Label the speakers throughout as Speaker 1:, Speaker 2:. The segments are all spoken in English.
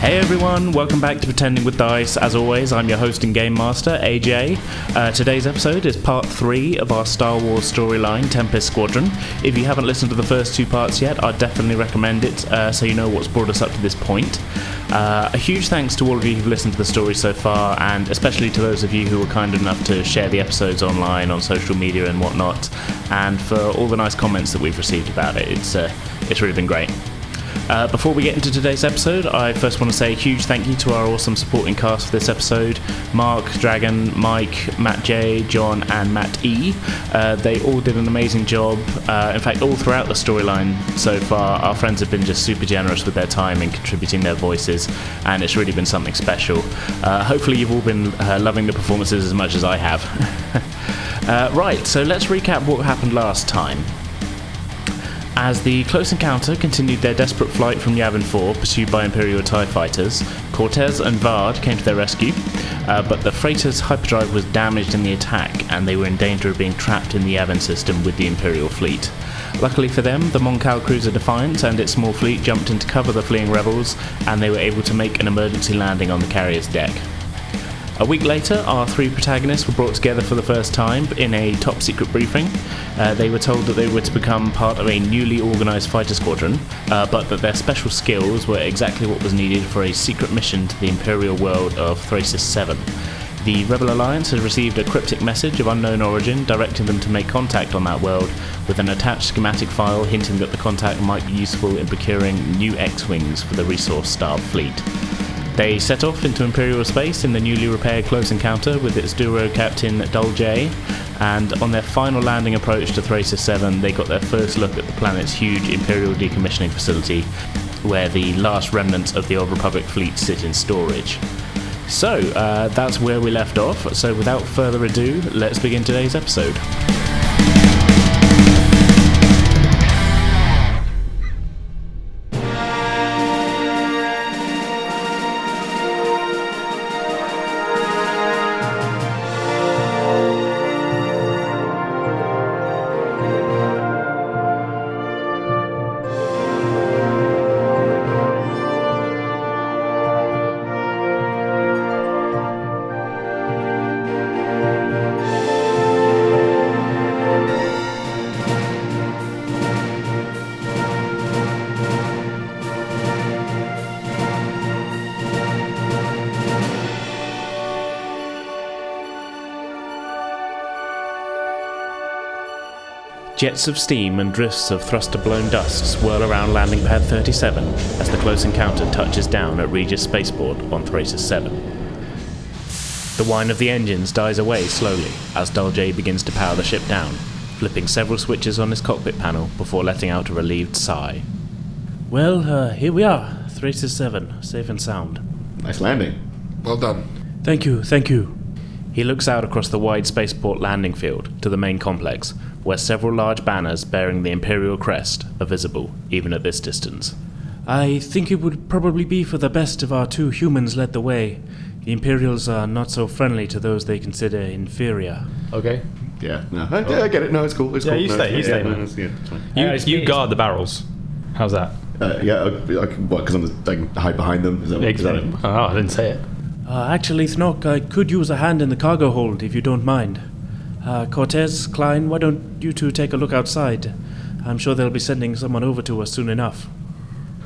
Speaker 1: Hey everyone, welcome back to Pretending with Dice. As always, I'm your host and game master, AJ. Uh, today's episode is part three of our Star Wars storyline, Tempest Squadron. If you haven't listened to the first two parts yet, I definitely recommend it uh, so you know what's brought us up to this point. Uh, a huge thanks to all of you who've listened to the story so far, and especially to those of you who were kind enough to share the episodes online, on social media, and whatnot, and for all the nice comments that we've received about it. It's, uh, it's really been great. Uh, before we get into today's episode, I first want to say a huge thank you to our awesome supporting cast for this episode Mark, Dragon, Mike, Matt J, John, and Matt E. Uh, they all did an amazing job. Uh, in fact, all throughout the storyline so far, our friends have been just super generous with their time in contributing their voices, and it's really been something special. Uh, hopefully, you've all been uh, loving the performances as much as I have. uh, right, so let's recap what happened last time. As the Close Encounter continued their desperate flight from Yavin 4, pursued by Imperial TIE fighters, Cortez and Vard came to their rescue, uh, but the freighter's hyperdrive was damaged in the attack, and they were in danger of being trapped in the Yavin system with the Imperial fleet. Luckily for them, the Moncal cruiser Defiant and its small fleet jumped in to cover the fleeing rebels, and they were able to make an emergency landing on the carrier's deck. A week later, our three protagonists were brought together for the first time in a top secret briefing. Uh, they were told that they were to become part of a newly organised fighter squadron, uh, but that their special skills were exactly what was needed for a secret mission to the Imperial world of Thrasis 7. The Rebel Alliance has received a cryptic message of unknown origin directing them to make contact on that world, with an attached schematic file hinting that the contact might be useful in procuring new X Wings for the resource starved fleet. They set off into Imperial space in the newly repaired Close Encounter with its Duro captain Dolje, and on their final landing approach to Thracer 7, they got their first look at the planet's huge Imperial decommissioning facility, where the last remnants of the Old Republic fleet sit in storage. So, uh, that's where we left off. So, without further ado, let's begin today's episode. Jets of steam and drifts of thruster blown dust swirl around landing pad 37 as the close encounter touches down at Regis Spaceport on Thracer 7. The whine of the engines dies away slowly as Dolje begins to power the ship down, flipping several switches on his cockpit panel before letting out a relieved sigh. Well, uh, here we are, Thracer 7, safe and sound.
Speaker 2: Nice landing.
Speaker 3: Well done.
Speaker 1: Thank you, thank you. He looks out across the wide spaceport landing field to the main complex, where several large banners bearing the Imperial crest are visible, even at this distance.
Speaker 4: I think it would probably be for the best if our two humans led the way. The Imperials are not so friendly to those they consider inferior.
Speaker 5: Okay.
Speaker 2: Yeah, no, I, yeah, I get it. No, it's cool. It's
Speaker 5: Yeah,
Speaker 2: cool.
Speaker 5: you
Speaker 2: no,
Speaker 5: stay,
Speaker 2: it's-
Speaker 5: you
Speaker 2: yeah,
Speaker 5: stay,
Speaker 2: no,
Speaker 5: man.
Speaker 2: it's- yeah, it's fine.
Speaker 5: You,
Speaker 6: Yeah, it's-
Speaker 5: you
Speaker 6: it's-
Speaker 5: guard the barrels. How's that?
Speaker 2: Uh, yeah, I, I, can- what? Because I'm the, I can hide behind them. Is that, is that it?
Speaker 5: Oh, I didn't say it.
Speaker 4: Uh, actually, Thnok, I could use a hand in the cargo hold if you don't mind. Uh, Cortez, Klein, why don't you two take a look outside? I'm sure they'll be sending someone over to us soon enough.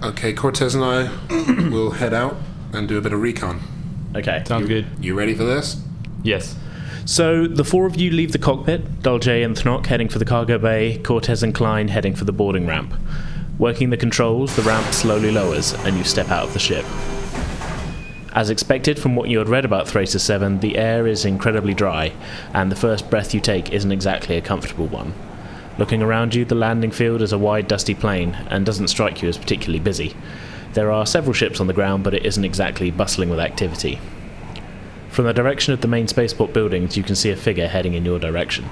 Speaker 3: Okay, Cortez and I will head out and do a bit of recon.
Speaker 1: Okay.
Speaker 5: Sounds good.
Speaker 3: You ready for this?
Speaker 5: Yes.
Speaker 1: So the four of you leave the cockpit, Dolce and Thnok heading for the cargo bay, Cortez and Klein heading for the boarding ramp. Working the controls, the ramp slowly lowers and you step out of the ship. As expected from what you had read about Thracer 7, the air is incredibly dry, and the first breath you take isn't exactly a comfortable one. Looking around you, the landing field is a wide, dusty plain and doesn't strike you as particularly busy. There are several ships on the ground, but it isn't exactly bustling with activity. From the direction of the main spaceport buildings, you can see a figure heading in your direction.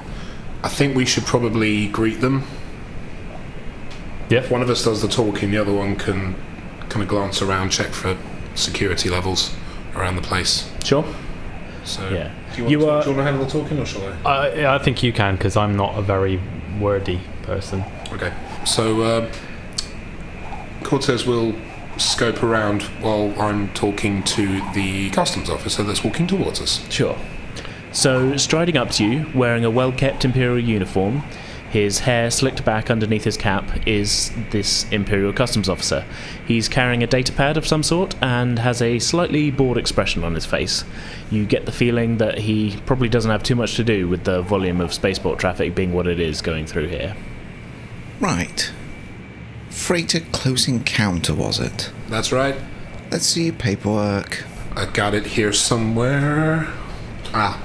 Speaker 3: I think we should probably greet them.
Speaker 5: Yeah.
Speaker 3: One of us does the talking, the other one can kind of glance around, check for security levels around the place.
Speaker 1: Sure.
Speaker 3: So,
Speaker 1: Yeah.
Speaker 3: do, you
Speaker 1: You
Speaker 3: want
Speaker 1: are-
Speaker 3: to, do you want to handle the talking or shall I?
Speaker 5: I, I think you can because I'm not a very wordy person.
Speaker 3: Okay. So, uh, Cortez will scope around while I'm talking to the customs officer that's walking towards us.
Speaker 1: Sure. So, striding up to you, wearing a well kept Imperial uniform, his hair slicked back underneath his cap, is this Imperial Customs officer. He's carrying a data pad of some sort and has a slightly bored expression on his face. You get the feeling that he probably doesn't have too much to do with the volume of spaceport traffic being what it is going through here.
Speaker 6: Right. Freighter close encounter, was it?
Speaker 3: That's right.
Speaker 6: Let's see your paperwork.
Speaker 3: I got it here somewhere. Ah,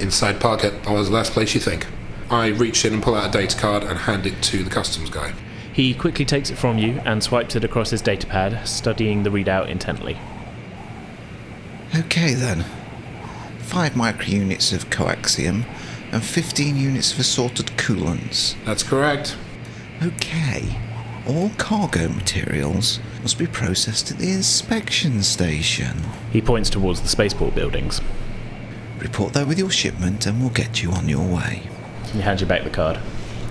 Speaker 3: inside pocket. I was the last place you think. I reach in and pull out a data card and hand it to the customs guy.
Speaker 1: He quickly takes it from you and swipes it across his data pad, studying the readout intently.
Speaker 6: Okay then. Five micro units of coaxium and 15 units of assorted coolants.
Speaker 3: That's correct.
Speaker 6: Okay. All cargo materials must be processed at the inspection station.
Speaker 1: He points towards the spaceport buildings.
Speaker 6: Report there with your shipment and we'll get you on your way.
Speaker 1: He hands you back the card.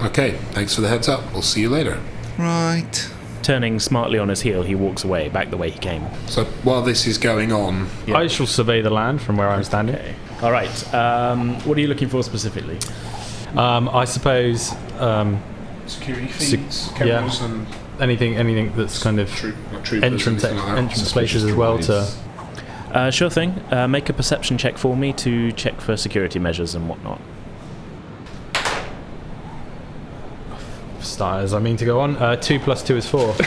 Speaker 3: Okay, thanks for the heads up. We'll see you later.
Speaker 6: Right.
Speaker 1: Turning smartly on his heel, he walks away back the way he came.
Speaker 3: So while this is going on,
Speaker 5: I shall survey the land from where I'm standing.
Speaker 1: All right. Um, what are you looking for specifically?
Speaker 5: Um, I suppose um,
Speaker 3: security
Speaker 5: feeds, cameras yeah.
Speaker 3: and
Speaker 5: anything anything that's kind of entrance entrance spaces as well to
Speaker 1: Uh, sure thing. Uh, make a perception check for me to check for security measures and whatnot.
Speaker 5: starters. I mean to go on. Uh, two plus two is four.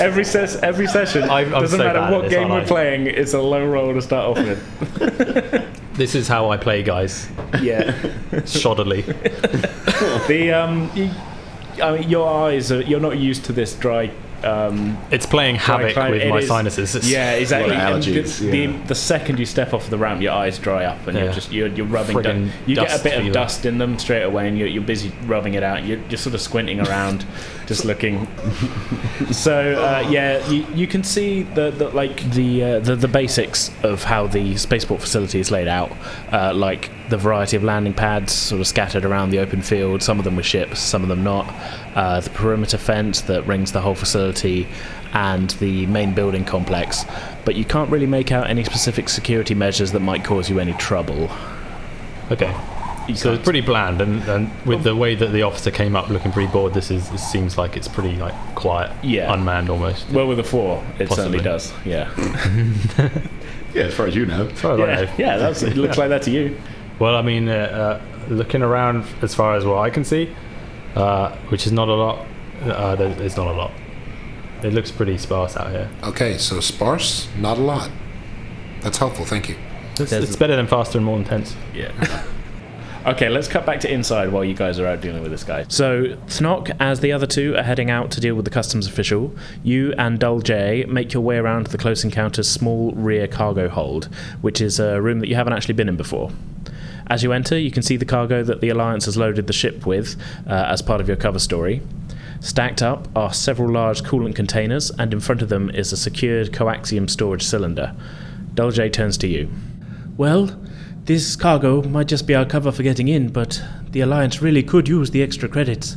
Speaker 7: Every ses- every session,
Speaker 5: I- I'm
Speaker 7: doesn't
Speaker 5: so bad
Speaker 7: matter
Speaker 5: at
Speaker 7: what
Speaker 5: this,
Speaker 7: game
Speaker 5: aren't
Speaker 7: we're
Speaker 5: I?
Speaker 7: playing, it's a low roll to start off with.
Speaker 5: this is how I play, guys.
Speaker 7: yeah,
Speaker 5: Shoddily.
Speaker 7: the um, you, I mean, your eyes are you're not used to this dry. Um,
Speaker 5: It's playing havoc
Speaker 7: climate,
Speaker 5: with
Speaker 7: it
Speaker 5: my
Speaker 7: is-
Speaker 5: sinuses. It's
Speaker 7: yeah, exactly. And the-
Speaker 2: allergies,
Speaker 7: the,
Speaker 2: yeah.
Speaker 7: the second you step off the ramp, your eyes dry up, and
Speaker 5: Yeah.
Speaker 7: you're just you're, you're rubbing.
Speaker 5: Friggin'
Speaker 7: dust. You get
Speaker 5: dust
Speaker 7: a bit
Speaker 5: fever.
Speaker 7: of dust in them straight away, and you're, you're busy rubbing it out. You're, you're sort of squinting around, just looking.
Speaker 1: So uh, yeah, you, you can see the, the like the, uh, the the basics of how the spaceport facility is laid out, uh, like the variety of landing pads sort of scattered around the open field. Some of them with ships, some of them not. Uh, the perimeter fence that rings the whole facility, and the main building complex. But you can't really make out any specific security measures that might cause you any trouble.
Speaker 5: Okay. So it's pretty bland, and, and with
Speaker 7: Oh.
Speaker 5: the way that the officer came up looking pretty bored, this is this seems like it's pretty like quiet,
Speaker 7: Yeah.
Speaker 5: unmanned almost.
Speaker 7: Well, with a four, it
Speaker 5: Possibly.
Speaker 7: certainly does. Yeah,
Speaker 2: Yeah, as far as you know.
Speaker 5: Oh, I don't know.
Speaker 7: yeah, yeah. That's, it looks like that to you.
Speaker 5: Well, I mean, uh, uh, looking around as far as what I can see, uh, which is not a lot. Uh, there- there's not a lot. It looks pretty sparse out here.
Speaker 3: Okay, so sparse, not a lot. That's helpful. Thank you.
Speaker 5: It's, it's better than faster and more intense.
Speaker 7: Yeah.
Speaker 1: Okay, let's cut back to inside while you guys are out dealing with this guy. So, Thnock, as the other two are heading out to deal with the customs official, you and Dull J make your way around to the Close Encounters small rear cargo hold, which is a room that you haven't actually been in before. As you enter, you can see the cargo that the Alliance has loaded the ship with uh, as part of your cover story. Stacked up are several large coolant containers, and in front of them is a secured coaxium storage cylinder. Dull J turns to you.
Speaker 4: Well, this cargo might just be our cover for getting in, but the Alliance really could use the extra credits.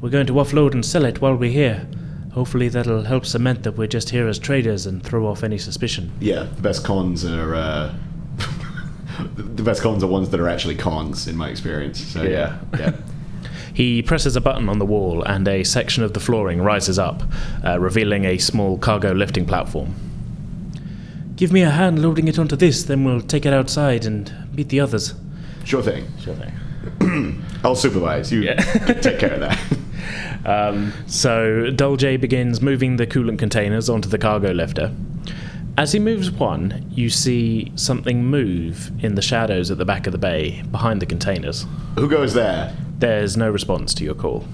Speaker 4: We're going to offload and sell it while we're here. Hopefully, that'll help cement that we're just here as traders and throw off any suspicion.
Speaker 2: Yeah, the best cons are. Uh, the- the best cons are ones that are actually cons, in my experience. So Oh, yeah, yeah.
Speaker 1: He presses a button on the wall, and a section of the flooring rises up, uh, revealing a small cargo lifting platform.
Speaker 4: Give me a hand loading it onto this, then we'll take it outside and meet the others.
Speaker 2: Sure thing.
Speaker 1: Sure thing.
Speaker 2: I'll supervise. You take care of that.
Speaker 1: Um, So Dolce begins moving the coolant containers onto the cargo lifter. As he moves one, you see something move in the shadows at the back of the bay behind the containers.
Speaker 2: Who goes there?
Speaker 1: There's no response to your call.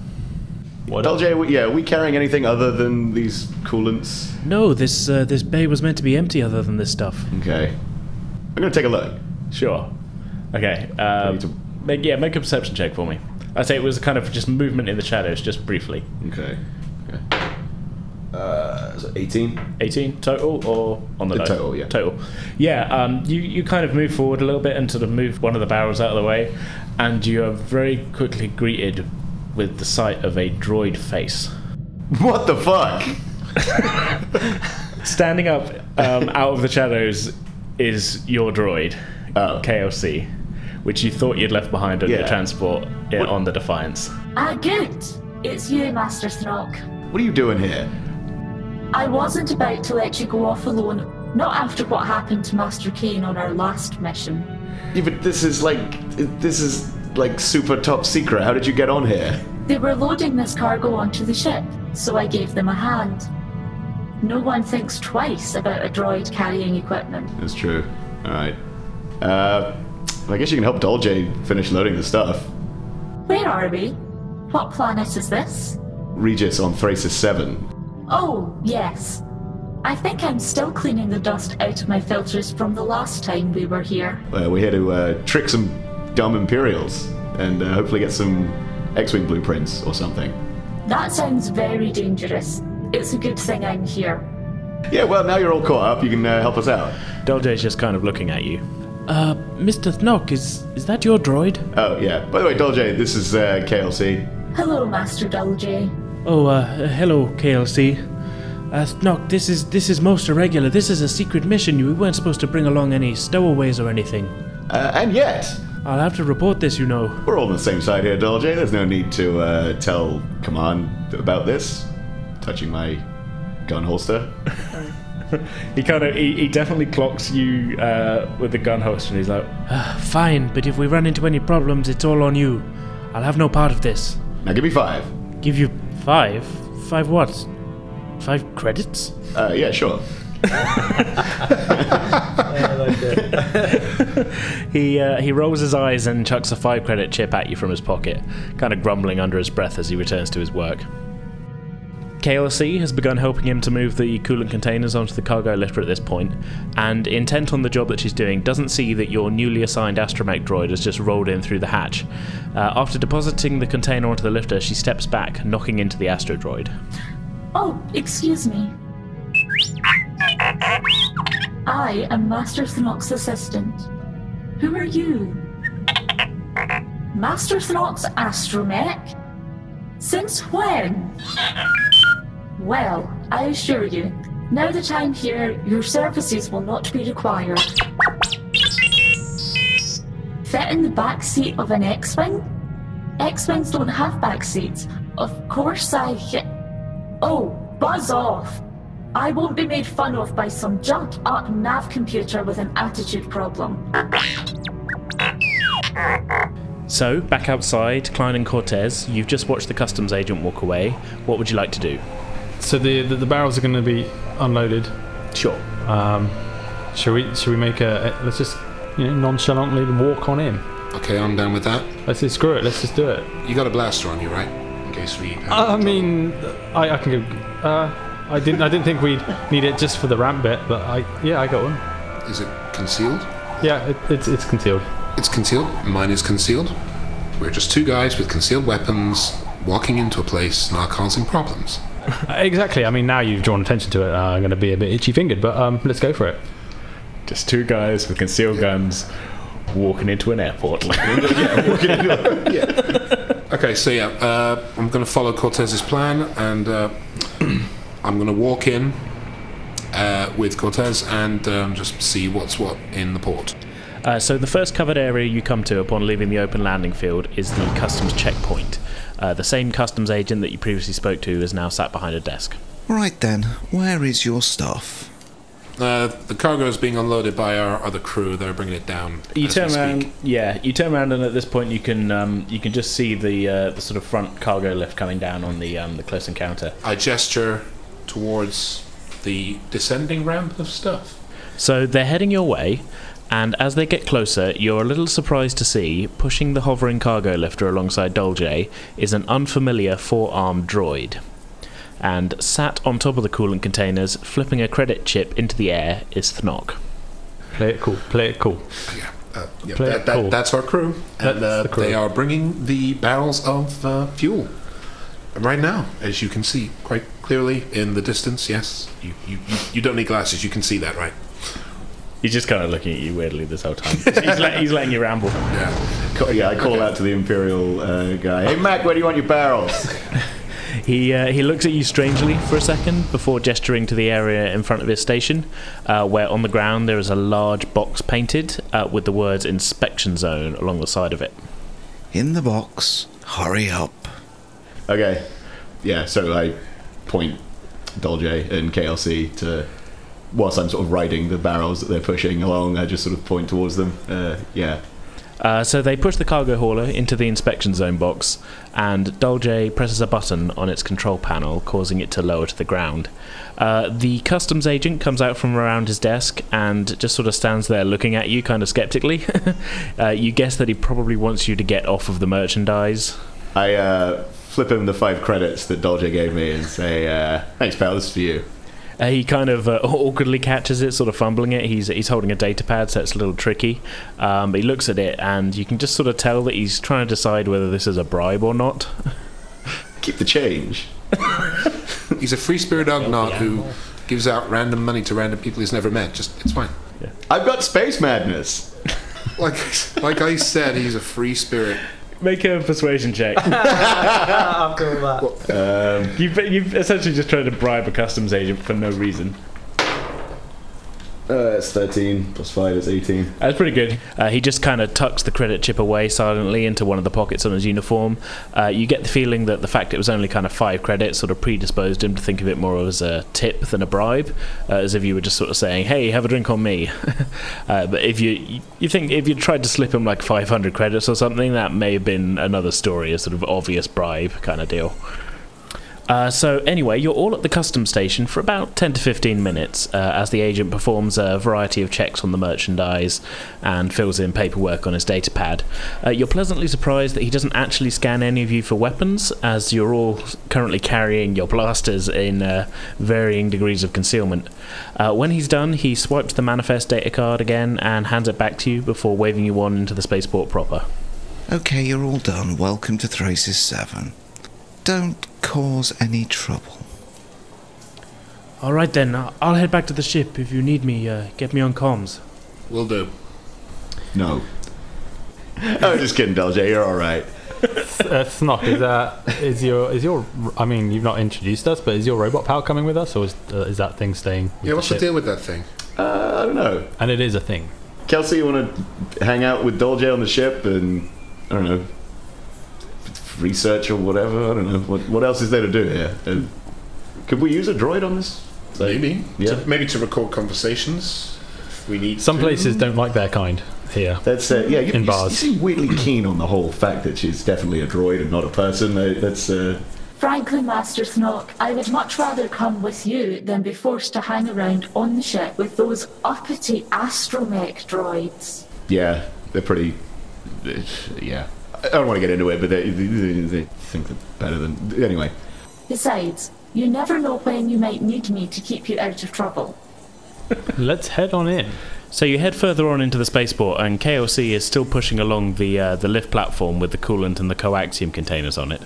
Speaker 2: Dolje, we- yeah, are we carrying anything other than these coolants?
Speaker 4: No, this uh, this bay was meant to be empty other than this stuff.
Speaker 2: Okay. I'm going to take a look.
Speaker 7: Sure. Okay.
Speaker 2: need to-
Speaker 7: Um, make, yeah, make a perception check for me. I say it was kind of just movement in the shadows, just briefly.
Speaker 2: Okay. okay. Uh, so 18?
Speaker 7: 18 total or on the
Speaker 2: Uh,
Speaker 7: die?
Speaker 2: total, yeah.
Speaker 7: Total. Yeah, um, you, you kind of move forward a little bit and sort of move one of the barrels out of the way, and you are very quickly greeted with the sight of a droid face.
Speaker 2: What the fuck?
Speaker 7: Standing up um, out of the shadows is your droid,
Speaker 2: Oh.
Speaker 7: KLC, which you thought you'd left behind on your
Speaker 2: Yeah.
Speaker 7: transport uh, on the Defiance.
Speaker 8: Ah, good. It's you, Master Throck.
Speaker 2: What are you doing here?
Speaker 8: I wasn't about to let you go off alone, not after what happened to Master Kane on our last mission.
Speaker 2: Yeah, but this is like this is like super top secret. How did you get on here?
Speaker 8: They were loading this cargo onto the ship, so I gave them a hand. No one thinks twice about a droid carrying equipment.
Speaker 2: That's true. All right. Uh, I guess you can help Dolce finish loading the stuff.
Speaker 8: Where are we? What planet is this?
Speaker 2: Regis on Thrasis Seven.
Speaker 8: Oh, yes. I think I'm still cleaning the dust out of my filters from the last time we were here.
Speaker 2: Uh, we're here to uh, trick some dumb Imperials and uh, hopefully get some X-wing blueprints or something.
Speaker 8: That sounds very dangerous. It's a good thing I'm here.
Speaker 2: Yeah. Well, now you're all caught up. You can uh, help us out.
Speaker 1: Deljay's just kind of looking at you.
Speaker 4: Uh, Mr. Thnock, is is that your droid?
Speaker 2: Oh yeah. By the way, Dolce, this is uh, KLC.
Speaker 8: Hello, Master Dolje.
Speaker 4: Oh, uh, uh, hello, KLC. Uh, Thnock, this is this is most irregular. This is a secret mission. You weren't supposed to bring along any stowaways or anything.
Speaker 2: Uh, and yet,
Speaker 4: I'll have to report this, you know.
Speaker 2: we're all on the same side here, Dolce. There's no need to uh, tell Command about this. Touching my gun holster.
Speaker 7: He kind of he, he definitely clocks you uh, with the gun holster, and he's like,
Speaker 4: Uh, Fine, but if we run into any problems, it's all on you. I'll have no part of this.
Speaker 2: Now give me five.
Speaker 4: Give you five? Five what? Five credits?
Speaker 2: Uh, yeah, sure.
Speaker 1: He uh, he rolls his eyes and chucks a five credit chip at you from his pocket, kind of grumbling under his breath as he returns to his work. KLC has begun helping him to move the coolant containers onto the cargo lifter at this point, and intent on the job that she's doing, doesn't see that your newly assigned astromech droid has just rolled in through the hatch. Uh, after depositing the container onto the lifter, she steps back, knocking into the astro droid.
Speaker 8: Oh, excuse me. I am Master Thnock's assistant. Who are you? Master Thnock's astromech? Since when? Well, I assure you, now that I'm here, your services will not be required. Fit in the back seat of an X-Wing? X-Wings don't have back seats. Of course I... Hi- Oh, buzz off! I won't be made fun of by some jumped up nav computer with an attitude problem.
Speaker 1: So, back outside, Klein and Cortez, you've just watched the customs agent walk away. What would you like to do?
Speaker 5: So the the, the barrels are going to be unloaded.
Speaker 1: Sure.
Speaker 5: Um, should we should we make a let's just you know nonchalantly walk on in.
Speaker 3: Okay, I'm down with that.
Speaker 5: Let's just screw it. Let's just do it.
Speaker 3: You got a blaster on you, right? In case we.
Speaker 7: Uh,
Speaker 5: I mean, I, I can go. Uh, I didn't I didn't think we'd need it just for the ramp bit, but I yeah I got one.
Speaker 3: Is it concealed?
Speaker 5: Yeah, it, it's it's concealed.
Speaker 3: It's concealed. Mine is concealed. We're just two guys with concealed weapons walking into a place and are causing problems.
Speaker 5: Exactly. I mean, now you've drawn attention to it. Uh, I'm going to be a bit itchy fingered, but um, let's go for it.
Speaker 7: just two guys with concealed guns walking into an airport.
Speaker 3: Okay, so yeah, uh, I'm going to follow Cortez's plan and uh, I'm going to walk in uh, with Cortez and um, just see what's what in the port.
Speaker 1: Uh, so the first covered area you come to upon leaving the open landing field is the customs checkpoint. Uh, the same customs agent that you previously spoke to is now sat behind a desk.
Speaker 6: Right then, where is your stuff?
Speaker 3: Uh, the cargo is being unloaded by our other crew. They're bringing it down.
Speaker 7: You
Speaker 3: as
Speaker 7: turn
Speaker 3: we speak.
Speaker 1: um,
Speaker 7: around, yeah. You turn around, and at this point, you can um, you can just see the uh, the sort of front cargo lift coming down on the um, the close encounter.
Speaker 3: I gesture towards the descending ramp of stuff.
Speaker 1: So they're heading your way, and as they get closer, you're a little surprised to see pushing the hovering cargo lifter alongside Dolce is an unfamiliar four armed droid. And sat on top of the coolant containers, flipping a credit chip into the air, is Thnock.
Speaker 5: Play it cool. Play it cool.
Speaker 3: Yeah, uh, yeah
Speaker 5: Play
Speaker 3: that,
Speaker 5: it
Speaker 3: that,
Speaker 5: cool.
Speaker 3: that's our crew,
Speaker 5: That's
Speaker 3: and uh,
Speaker 5: the crew.
Speaker 3: they are bringing the barrels of uh, fuel right now, as you can see quite clearly in the distance. Yes, you you, you, you don't need glasses; you can see that, right?
Speaker 7: He's just kind of looking at you weirdly this whole time. he's, let, he's letting you ramble.
Speaker 3: Yeah.
Speaker 2: Ca- yeah, I call out to the Imperial uh, guy. Hey, Mac, where do you want your barrels?
Speaker 1: He uh, he looks at you strangely for a second before gesturing to the area in front of his station, uh, where on the ground there is a large box painted uh, with the words "Inspection Zone" along the side of it.
Speaker 6: In the box. Hurry up.
Speaker 2: Okay. Yeah, so I point Dolce and KLC to, whilst I'm sort of riding the barrels that they're pushing along, I just sort of point towards them. Uh, yeah.
Speaker 1: Uh, so they push the cargo hauler into the inspection zone box, and Dolce presses a button on its control panel, causing it to lower to the ground. Uh, the customs agent comes out from around his desk and just sort of stands there looking at you, kind of skeptically. uh, you guess that he probably wants you to get off of the merchandise.
Speaker 2: I uh, flip him the five credits that Dolce gave me and say, uh, thanks, pal, this is for you.
Speaker 1: Uh, he kind of uh, awkwardly catches it, sort of fumbling it. He's he's holding a data pad, so it's a little tricky. Um, but he looks at it, and you can just sort of tell that he's trying to decide whether this is a bribe or not.
Speaker 2: Keep the change.
Speaker 3: He's a free spirit Ugnaught who gives out random money to random people he's never met. Just it's fine.
Speaker 2: I've got space madness.
Speaker 3: Like like I said, he's a free spirit.
Speaker 7: Make a persuasion check.
Speaker 9: After all that.
Speaker 2: um,
Speaker 7: you've, you've essentially just tried to bribe a customs agent for no reason.
Speaker 2: Uh, it's 13, plus 5 is 18.
Speaker 7: That's pretty good.
Speaker 1: Uh, he just kind of tucks the credit chip away silently into one of the pockets on his uniform. Uh, you get the feeling that the fact it was only kind of five credits sort of predisposed him to think of it more as a tip than a bribe, uh, as if you were just sort of saying, "Hey, have a drink on me." uh, but if you you think if you tried to slip him like 500 credits or something, that may have been another story, a sort of obvious bribe kind of deal. Uh, so anyway, you're all at the customs station for about 10 to 15 minutes uh, as the agent performs a variety of checks on the merchandise and fills in paperwork on his data pad. Uh, you're pleasantly surprised that he doesn't actually scan any of you for weapons, as you're all currently carrying your blasters in uh, varying degrees of concealment. Uh, when he's done, he swipes the manifest data card again and hands it back to you before waving you on into the spaceport proper.
Speaker 6: Okay, you're all done. Welcome to Thraces 7. Don't cause any trouble.
Speaker 4: All right then, I- I'll head back to the ship. If you need me, uh, get me on comms.
Speaker 3: Will do.
Speaker 2: No. oh, just kidding, Dolce, you're alright.
Speaker 5: Uh, Snock, is uh, is your is your I mean, you've not introduced us, but is your robot pal coming with us, or is, uh, is that thing staying? With
Speaker 3: Yeah, what's the
Speaker 5: ship?
Speaker 3: deal with that thing?
Speaker 2: Uh, I don't know.
Speaker 5: And it is a thing.
Speaker 2: Kelsey, you want to hang out with Dolce on the ship and, I don't know, research or whatever? I don't know. What, what else is there to do here? Uh, could we use a droid on this?
Speaker 3: Maybe.
Speaker 2: yeah.
Speaker 3: To- maybe to record conversations. If we need
Speaker 5: Some
Speaker 3: to.
Speaker 5: places don't like their kind here.
Speaker 2: That's uh, yeah. You,
Speaker 5: In
Speaker 2: you,
Speaker 5: bars.
Speaker 2: you seem weirdly keen on the whole fact that she's definitely a droid and not a person. Uh, That's uh,
Speaker 8: Frankly, Master Snock, I would much rather come with you than be forced to hang around on the ship with those uppity astromech droids.
Speaker 2: yeah. They're pretty. uh, yeah. I I don't want to get into it, but they, they, they think they're better than anyway.
Speaker 8: Besides, you never know when you might need me to keep you out of trouble.
Speaker 5: Let's head on in.
Speaker 1: So you head further on into the spaceport, and KLC is still pushing along the uh, the lift platform with the coolant and the coaxium containers on it.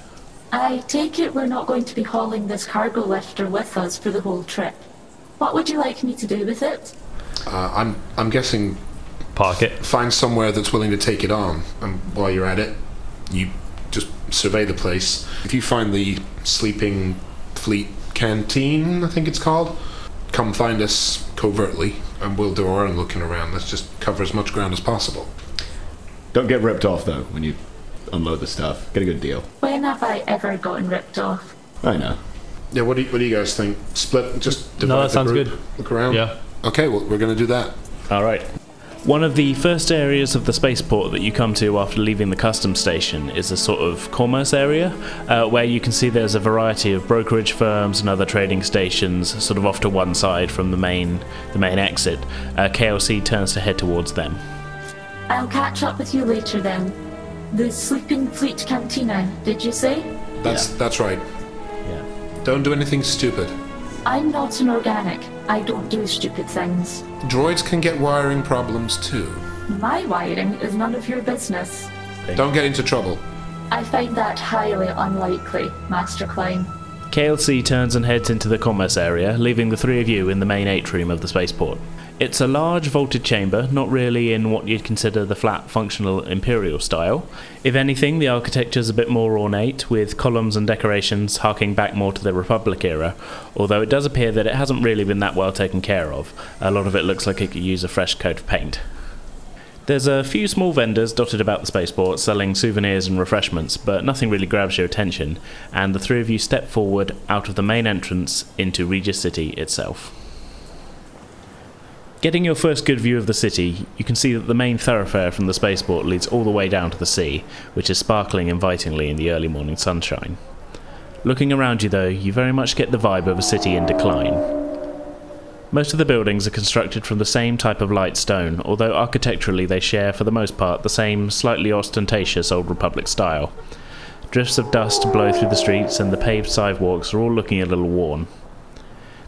Speaker 8: I take it we're not going to be hauling this cargo lifter with us for the whole trip. What would you like me to do with it?
Speaker 3: Uh, I'm I'm guessing
Speaker 5: Park it.
Speaker 3: find somewhere that's willing to take it on. And while you're at it, you just survey the place. If you find the sleeping fleet canteen, I think it's called, come find us covertly, and we'll do our own looking around. Let's just cover as much ground as possible.
Speaker 2: Don't get ripped off though when you unload the stuff. Get a good deal.
Speaker 8: When have I ever gotten ripped off?
Speaker 2: I know.
Speaker 3: Yeah, what do you, what do you guys think? Split, just divide
Speaker 5: that
Speaker 3: the
Speaker 5: sounds
Speaker 3: group,
Speaker 5: good.
Speaker 3: Look around.
Speaker 5: Yeah.
Speaker 3: Okay, well, we're gonna do that.
Speaker 7: All right.
Speaker 1: One of the first areas of the spaceport that you come to after leaving the customs station is a sort of commerce area uh, where you can see there's a variety of brokerage firms and other trading stations sort of off to one side from the main the main exit. Uh, KLC turns to head towards them.
Speaker 8: I'll catch up with you later then. The Sleeping Fleet Cantina, did you say?
Speaker 3: That's that's right.
Speaker 1: Yeah.
Speaker 3: Don't do anything stupid.
Speaker 8: I'm not an organic. I don't do stupid things.
Speaker 3: Droids can get wiring problems too.
Speaker 8: My wiring is none of your business.
Speaker 3: Don't get into trouble.
Speaker 8: I find that highly unlikely, Master Klein.
Speaker 1: KLC turns and heads into the commerce area, leaving the three of you in the main atrium of the spaceport. It's a large vaulted chamber, not really in what you'd consider the flat, functional imperial style. If anything, the architecture's a bit more ornate, with columns and decorations harking back more to the Republic era, although it does appear that it hasn't really been that well taken care of. A lot of it looks like it could use a fresh coat of paint. There's a few small vendors dotted about the spaceport selling souvenirs and refreshments, but nothing really grabs your attention, and the three of you step forward out of the main entrance into Regis City itself. Getting your first good view of the city, you can see that the main thoroughfare from the spaceport leads all the way down to the sea, which is sparkling invitingly in the early morning sunshine. Looking around you, though, you very much get the vibe of a city in decline. Most of the buildings are constructed from the same type of light stone, although architecturally they share, for the most part, the same slightly ostentatious Old Republic style. Drifts of dust blow through the streets, and the paved sidewalks are all looking a little worn.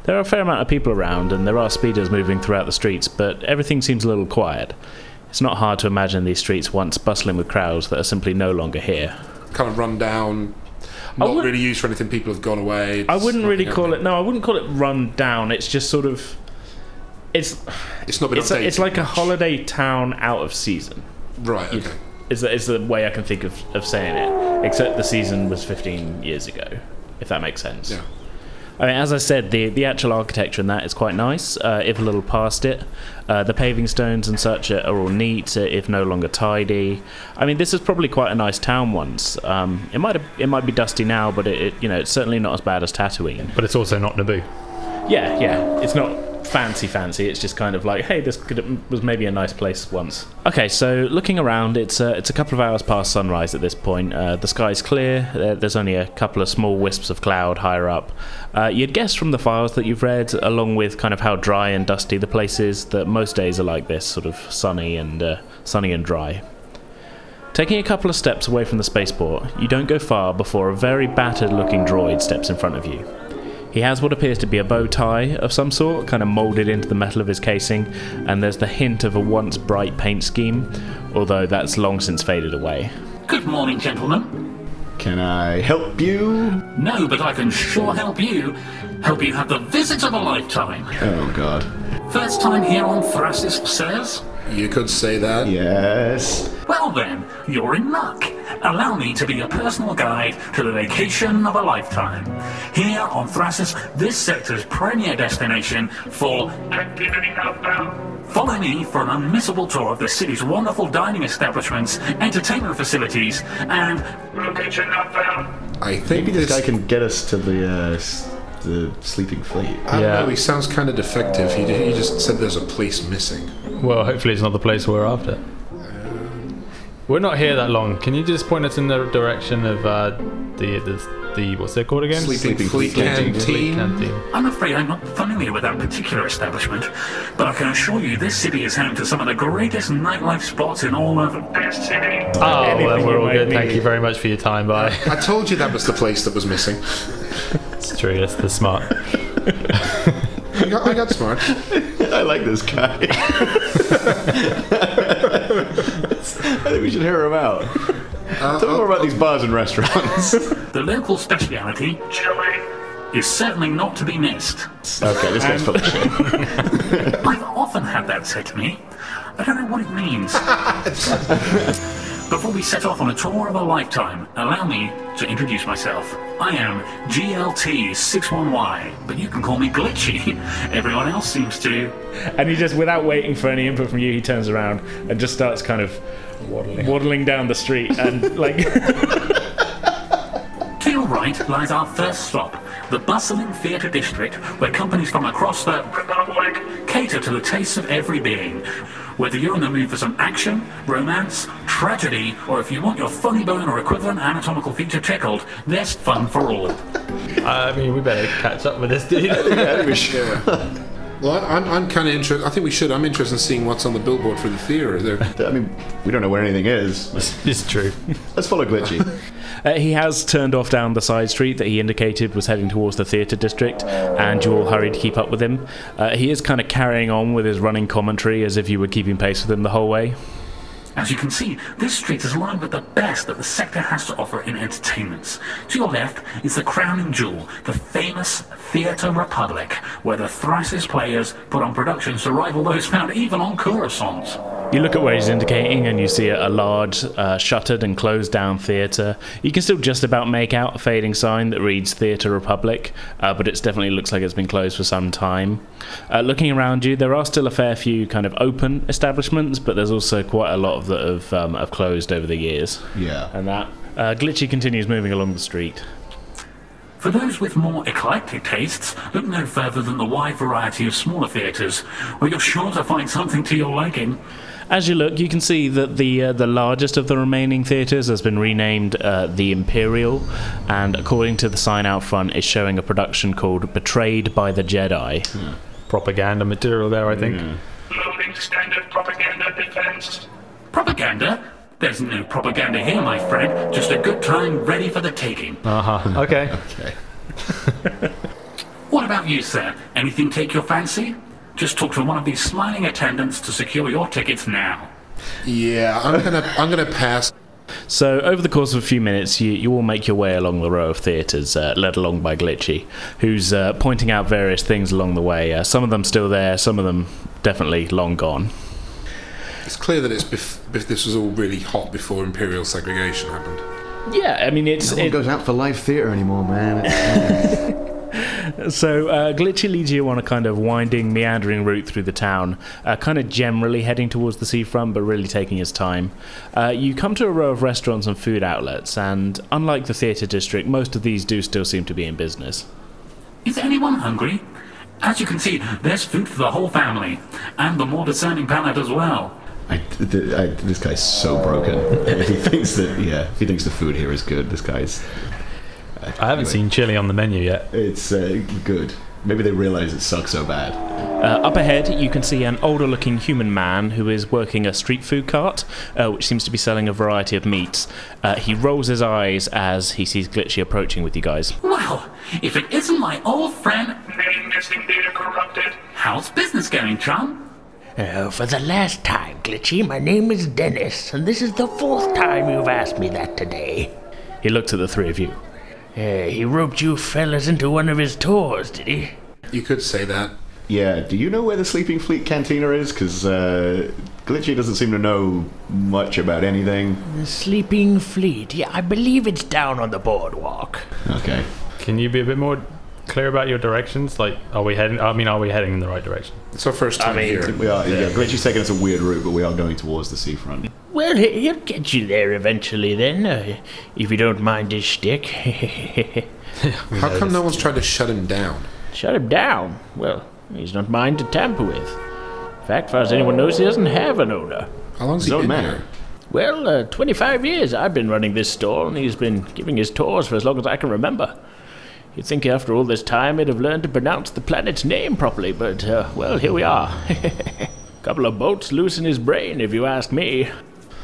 Speaker 1: There are a fair amount of people around, and there are speeders moving throughout the streets, but everything seems a little quiet. It's not hard to imagine these streets once bustling with crowds that are simply no longer here.
Speaker 3: Kind of run down, not
Speaker 1: wouldn't-
Speaker 3: really used for anything. People have gone away.
Speaker 1: I
Speaker 3: It's
Speaker 1: wouldn't
Speaker 3: not
Speaker 1: really
Speaker 3: been
Speaker 1: call
Speaker 3: happening.
Speaker 1: it. No, I wouldn't call it run down. It's just sort of. It's
Speaker 3: It's not been
Speaker 1: it's, a, it's
Speaker 3: updated
Speaker 1: like a
Speaker 3: much.
Speaker 1: holiday town out of season.
Speaker 3: Right. Okay.
Speaker 1: Is the, is the way I can think of, of saying it. Except the season was 15 years ago, if that makes sense.
Speaker 3: Yeah.
Speaker 1: I mean, as I said, the, the actual architecture in that is quite nice, uh, if a little past it. Uh, the paving stones and such are, are all neat, uh, if no longer tidy. I mean, this is probably quite a nice town once. Um, it might have, it might be dusty now, but it, it you know it's certainly not as bad as Tatooine.
Speaker 5: But it's also not Naboo.
Speaker 1: Yeah, yeah. It's not fancy, fancy. It's just kind of like, hey, this could, was maybe a nice place once. Okay, so looking around, it's uh, it's a couple of hours past sunrise at this point. Uh, the sky's clear. There- There's only a couple of small wisps of cloud higher up. Uh, you'd guess from the files that you've read, along with kind of how dry and dusty the place is, that most days are like this, sort of sunny and uh, sunny and dry. Taking a couple of steps away from the spaceport, you don't go far before a very battered-looking droid steps in front of you. He has what appears to be a bow tie of some sort, kind of moulded into the metal of his casing, and there's the hint of a once bright paint scheme, although that's long since faded away.
Speaker 10: Good morning, gentlemen.
Speaker 2: Can I help you?
Speaker 10: No, but I can sure help you. Help you have the visit of a lifetime.
Speaker 2: Oh God.
Speaker 10: First time here on Thrasis says?
Speaker 3: You could say that.
Speaker 2: Yes.
Speaker 10: Well then, you're in luck. Allow me to be your personal guide to the vacation of a lifetime. Here on Thrasis, this sector's premier destination for activity countdown. Follow me for an unmissable tour of the city's wonderful dining establishments, entertainment facilities, and location countdown.
Speaker 3: I think
Speaker 2: Maybe this guy can get us to the uh, s- the sleeping fleet.
Speaker 3: I don't
Speaker 5: Yeah.
Speaker 3: know. He sounds kind of defective. He, he just said there's a place missing.
Speaker 5: Well, hopefully it's not the place we're after. We're not here that long. Can you just point us in the direction of uh, the, the the what's it called again?
Speaker 3: Sleeping, Fleet
Speaker 5: Sleeping
Speaker 3: Canteen.
Speaker 5: Canteen.
Speaker 10: I'm afraid I'm not familiar with that particular establishment, but I can assure you this city is home to some of the greatest nightlife spots in all of this city.
Speaker 5: Oh, well,
Speaker 1: Anything
Speaker 5: we're
Speaker 1: you
Speaker 5: all
Speaker 1: might
Speaker 5: good. Thank
Speaker 1: need.
Speaker 5: you very much for your time. Bye.
Speaker 3: I told you that was the place that was missing.
Speaker 5: it's true. That's the smart.
Speaker 3: I got, I got smart.
Speaker 2: I like this guy. I think we should hear him out.
Speaker 3: Uh,
Speaker 2: Tell me more about these bars and restaurants.
Speaker 10: The local speciality, chili, is certainly not to be missed.
Speaker 2: okay, this guy's full of shit.
Speaker 10: I've often had that said to me. I don't know what it means. Before we set off on a tour of a lifetime, allow me to introduce myself. I am GLT61Y, but you can call me Glitchy. Everyone else seems to.
Speaker 1: And he just, without waiting for any input from you, he turns around and just starts kind of waddling, down the street. And like,
Speaker 10: To your right lies our first stop, the bustling theatre district, where companies from across the Republic cater to the tastes of every being. Whether you're in the mood for some action, romance, tragedy, or if you want your funny bone or equivalent anatomical feature tickled, there's fun for all.
Speaker 5: I mean, we better catch up with this dude.
Speaker 3: Well, I, I'm, I'm kind of interested. I think we should. I'm interested in seeing what's on the billboard for the theater. There,
Speaker 2: I mean, we don't know where anything is. Let's,
Speaker 5: it's true.
Speaker 2: let's follow Glitchy.
Speaker 1: uh, he has turned off down the side street that he indicated was heading towards the theatre district, and you all hurry to keep up with him. Uh, he is kind of carrying on with his running commentary as if you were keeping pace with him the whole way.
Speaker 10: As you can see, this street is lined with the best that the sector has to offer in entertainments. To your left is the crowning jewel, the famous Theatre Republic, where the Thrasis players put on productions to rival those found even on Coruscant.
Speaker 1: You look at where he's indicating, and you see a a large, uh, shuttered and closed down theatre. You can still just about make out a fading sign that reads Theatre Republic, uh, but it definitely looks like it's been closed for some time. Uh, looking around you, there are still a fair few kind of open establishments, but there's also quite a lot of that have, um, have closed over the years.
Speaker 2: Yeah.
Speaker 1: And that. Uh, Glitchy continues moving along the street.
Speaker 10: For those with more eclectic tastes, look no further than the wide variety of smaller theatres, where you're sure to find something to your liking.
Speaker 1: As you look, you can see that the uh, the largest of the remaining theatres has been renamed uh, the Imperial, and according to the sign out front, is showing a production called "Betrayed by the Jedi."
Speaker 5: Hmm. Propaganda material there, I think.
Speaker 3: Hmm.
Speaker 10: Loading standard propaganda defense. Propaganda? There's no propaganda here, my friend. Just a good time ready for the taking.
Speaker 5: Uh huh. Okay.
Speaker 2: okay.
Speaker 10: What about you, sir? Anything take your fancy? Just talk to one of these smiling attendants to secure your tickets now.
Speaker 3: Yeah, I'm gonna I'm gonna pass.
Speaker 1: So, over the course of a few minutes, you, you all make your way along the row of theatres, uh, led along by Glitchy, who's uh, pointing out various things along the way. Uh, some of them still there, some of them definitely long gone.
Speaker 3: It's clear that it's bef- if this was all really hot before imperial segregation happened.
Speaker 1: Yeah, I mean, it's.
Speaker 11: No one goes out for live theatre anymore, man. It's-
Speaker 1: So uh, Glitchy leads you on a kind of winding, meandering route through the town, uh, kind of generally heading towards the seafront, but really taking his time. Uh, you come to a row of restaurants and food outlets, and unlike the theatre district, most of these do still seem to be in business.
Speaker 10: Is anyone hungry? As you can see, there's food for the whole family, and the more discerning palate as well.
Speaker 2: I, th- I, this guy's so broken. if he thinks that, yeah, if he thinks the food here is good, this guy's.
Speaker 5: I haven't seen chili on the menu yet.
Speaker 2: It's uh, good. Maybe they realize it sucks so bad.
Speaker 1: Uh, up ahead, you can see an older looking human man who is working a street food cart, uh, which seems to be selling a variety of meats. Uh, he rolls his eyes as he sees Glitchy approaching with you guys.
Speaker 10: Well, if it isn't my old friend. Name missing data corrupted. How's business going, chum?
Speaker 12: Oh, for the last time, Glitchy, my name is Dennis, and this is the fourth time you've asked me that today.
Speaker 1: He looked at the three of you.
Speaker 12: Eh, he roped you fellas into one of his tours, did he?
Speaker 3: You could say that.
Speaker 2: Yeah, do you know where the Sleeping Fleet Cantina is? Because uh, Glitchy doesn't seem to know much about anything.
Speaker 12: The Sleeping Fleet. Yeah, I believe it's down on the boardwalk.
Speaker 2: Okay.
Speaker 5: Can you be a bit more clear about your directions? Like, are we heading? I mean, are we heading in the right direction?
Speaker 3: It's our first
Speaker 5: time
Speaker 2: We are, yeah. Glitchy's taking us a weird route, but we are going towards the seafront.
Speaker 12: Well, he- he'll get you there eventually, then, uh, if you don't mind his shtick.
Speaker 3: How come no one's tried to shut him down?
Speaker 12: Shut him down? Well, he's not mine to tamper with. In fact, far as anyone knows, he doesn't have an owner.
Speaker 3: How long's
Speaker 2: he Doesn't been matter. here?
Speaker 12: Well, uh, 25 years I've been running this store, and he's been giving his tours for as long as I can remember. You'd think after all this time he'd have learned to pronounce the planet's name properly, but, uh, well, here we are. Couple of bolts loose in his brain, if you ask me.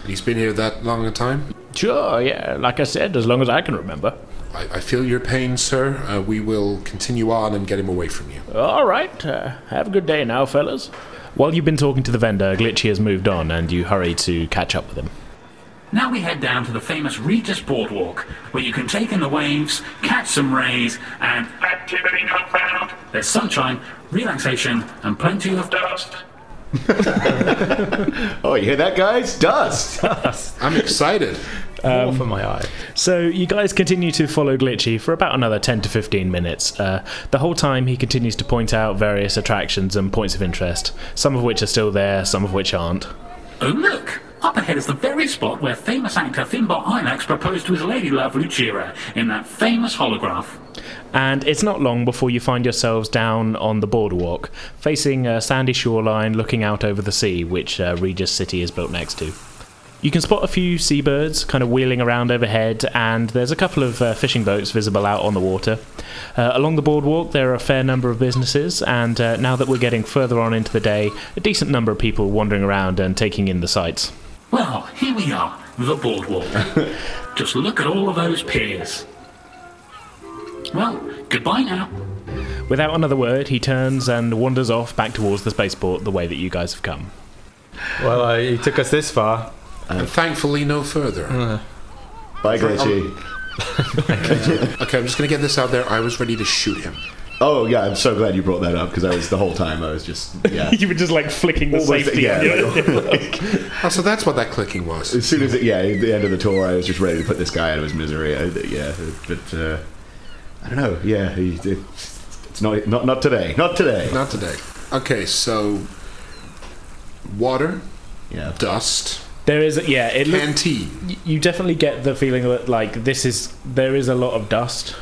Speaker 3: He's been here that long a time.
Speaker 12: Sure, yeah, like I said, as long as I can remember.
Speaker 3: I, I feel your pain, sir. Uh, we will continue on and get him away from you.
Speaker 12: All right, uh, have a good day now, fellas.
Speaker 1: While you've been talking to the vendor, Glitchy has moved on, and you hurry to catch up with him.
Speaker 10: Now we head down to the famous Regis Boardwalk, where you can take in the waves, catch some rays, and activity not found. There's sunshine, relaxation, and plenty of dust.
Speaker 2: Oh, you hear that, guys? Dust!
Speaker 3: I'm excited.
Speaker 5: More for my eye.
Speaker 1: Um, So you guys continue to follow Glitchy for about another 10 to 15 minutes. Uh, the whole time he continues to point out various attractions and points of interest, some of which are still there, some of which aren't.
Speaker 10: Oh, look! Up ahead is the very spot where famous actor Finbar Inax proposed to his lady love Luchira in that famous holograph.
Speaker 1: And it's not long before you find yourselves down on the boardwalk, facing a sandy shoreline looking out over the sea, which uh, Regis City is built next to. You can spot a few seabirds kind of wheeling around overhead, and there's a couple of uh, fishing boats visible out on the water. Uh, along the boardwalk, there are a fair number of businesses, and uh, now that we're getting further on into the day, a decent number of people wandering around and taking in the sights.
Speaker 10: Well, here we are, the boardwalk. Just look at all of those piers. Well, goodbye now.
Speaker 1: Without another word, he turns and wanders off back towards the spaceport the way that you guys have come.
Speaker 5: Well, uh, he took us this far.
Speaker 3: and thankfully, no further.
Speaker 2: Uh, Bye, Glitchy.
Speaker 3: okay, I'm just gonna get this out there. I was ready to shoot him.
Speaker 2: Oh yeah, I'm so glad you brought that up because I was the whole time I was just yeah.
Speaker 13: you were just like flicking the
Speaker 2: Almost,
Speaker 13: safety.
Speaker 2: yeah,
Speaker 3: oh, so that's what that clicking was.
Speaker 2: As soon as it, yeah, at the end of the tour, I was just ready to put this guy out of his misery. I, yeah, but uh, I don't know. Yeah, he, it's not not not today. Not today.
Speaker 3: Not today. Okay, so water,
Speaker 2: yeah,
Speaker 3: dust.
Speaker 1: There is, yeah, it look-
Speaker 3: Canteen.
Speaker 1: y- you definitely get the feeling that like this is there is a lot of dust,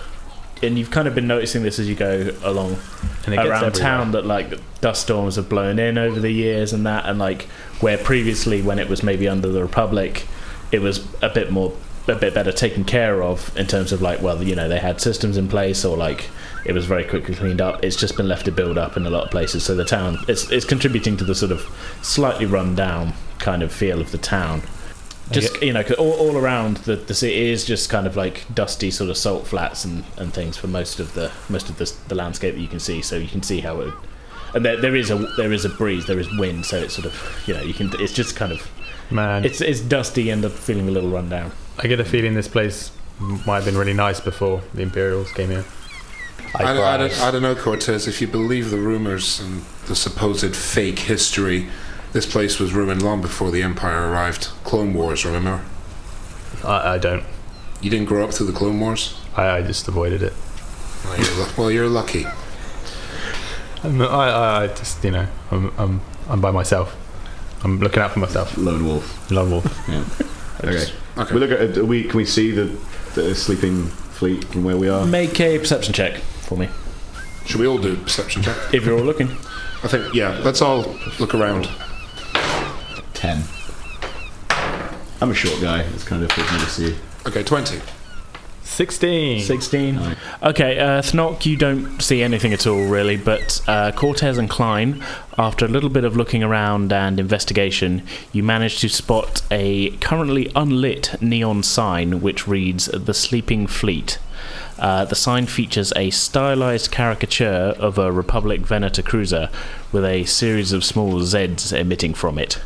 Speaker 1: and you've kind of been noticing this as you go along
Speaker 5: And it gets
Speaker 1: around
Speaker 5: everywhere.
Speaker 1: town that like dust storms have blown in over the years and that, and like where previously when it was maybe under the Republic, it was a bit more a bit better taken care of in terms of like well you know they had systems in place or like it was very quickly cleaned up it's just been left to build up in a lot of places so the town it's, it's contributing to the sort of slightly run down kind of feel of the town just you know 'cause all, all around the, the city is just kind of like dusty sort of salt flats and, and things for most of the most of the, the landscape that you can see so you can see how it and there, there is a there is a breeze there is wind so it's sort of you know you can it's just kind of
Speaker 5: Man.
Speaker 1: it's it's dusty and feeling a little run down
Speaker 5: I get a feeling this place m- might have been really nice before the Imperials came here.
Speaker 3: I, don't- I don't, I don't know, Cortez. If you believe the rumors and the supposed fake history, this place was ruined long before the Empire arrived. Clone Wars, remember?
Speaker 5: I, I don't.
Speaker 3: You didn't grow up through the Clone Wars?
Speaker 5: I, I just avoided it.
Speaker 3: Well, you're, lu- well, you're lucky.
Speaker 5: I'm, I, I, I just, you know, I'm, I'm, I'm by myself. I'm looking out for myself.
Speaker 2: Lone wolf.
Speaker 5: Lone wolf.
Speaker 2: Yeah. Okay.
Speaker 3: okay.
Speaker 2: We look at. Are we can we see the, the sleeping fleet from where we are?
Speaker 1: make a perception check for me
Speaker 3: Should we all do a perception check?
Speaker 1: if you're all looking
Speaker 3: I think, yeah, let's all look around.
Speaker 2: Ten. I'm a short guy. It's kind of difficult to see.
Speaker 3: Okay, 20.
Speaker 5: 16.
Speaker 1: 16. Okay, uh, Thnock, you don't see anything at all, really, but uh, Cortez and Klein, after a little bit of looking around and investigation, you manage to spot a currently unlit neon sign which reads The Sleeping Fleet. Uh, the sign features a stylized caricature of a Republic Venator cruiser with a series of small Zs emitting from it.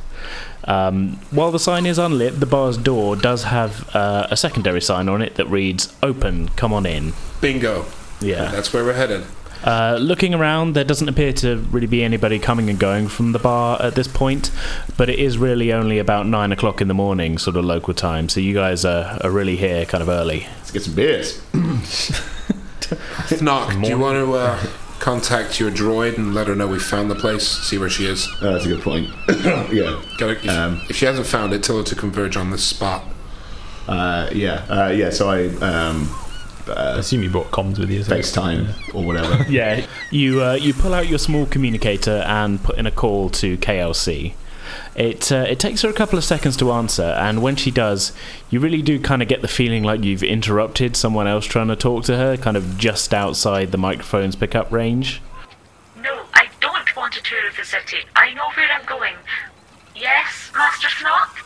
Speaker 1: Um, while the sign is unlit, the bar's door does have uh, a secondary sign on it that reads "Open, come on in."
Speaker 3: Bingo.
Speaker 1: Yeah.
Speaker 3: That's where we're headed.
Speaker 1: Uh, looking around, there doesn't appear to really be anybody coming and going from the bar at this point, but it is really only about nine o'clock in the morning, sort of local time. So you guys are, are really here kind of early.
Speaker 2: Let's get some beers.
Speaker 3: Knock, do you want to uh, contact your droid and let her know we found the place? See where she is?
Speaker 2: Uh, that's a good point. yeah. Um,
Speaker 3: Gotta, if, if she hasn't found it, tell her to converge on this spot.
Speaker 2: Uh, yeah. Uh, yeah. So I. Um,
Speaker 5: I
Speaker 2: uh,
Speaker 5: assume you brought comms with you. so-
Speaker 2: FaceTime or whatever.
Speaker 1: yeah. You uh, you pull out your small communicator and put in a call to KLC. It uh, it takes her a couple of seconds to answer, and when she does, you really do kind of get the feeling like you've interrupted someone else trying to talk to her, kind of just outside the microphone's pickup range.
Speaker 8: No, I don't want a tour of the city. I know where I'm going. Yes, Master Snock?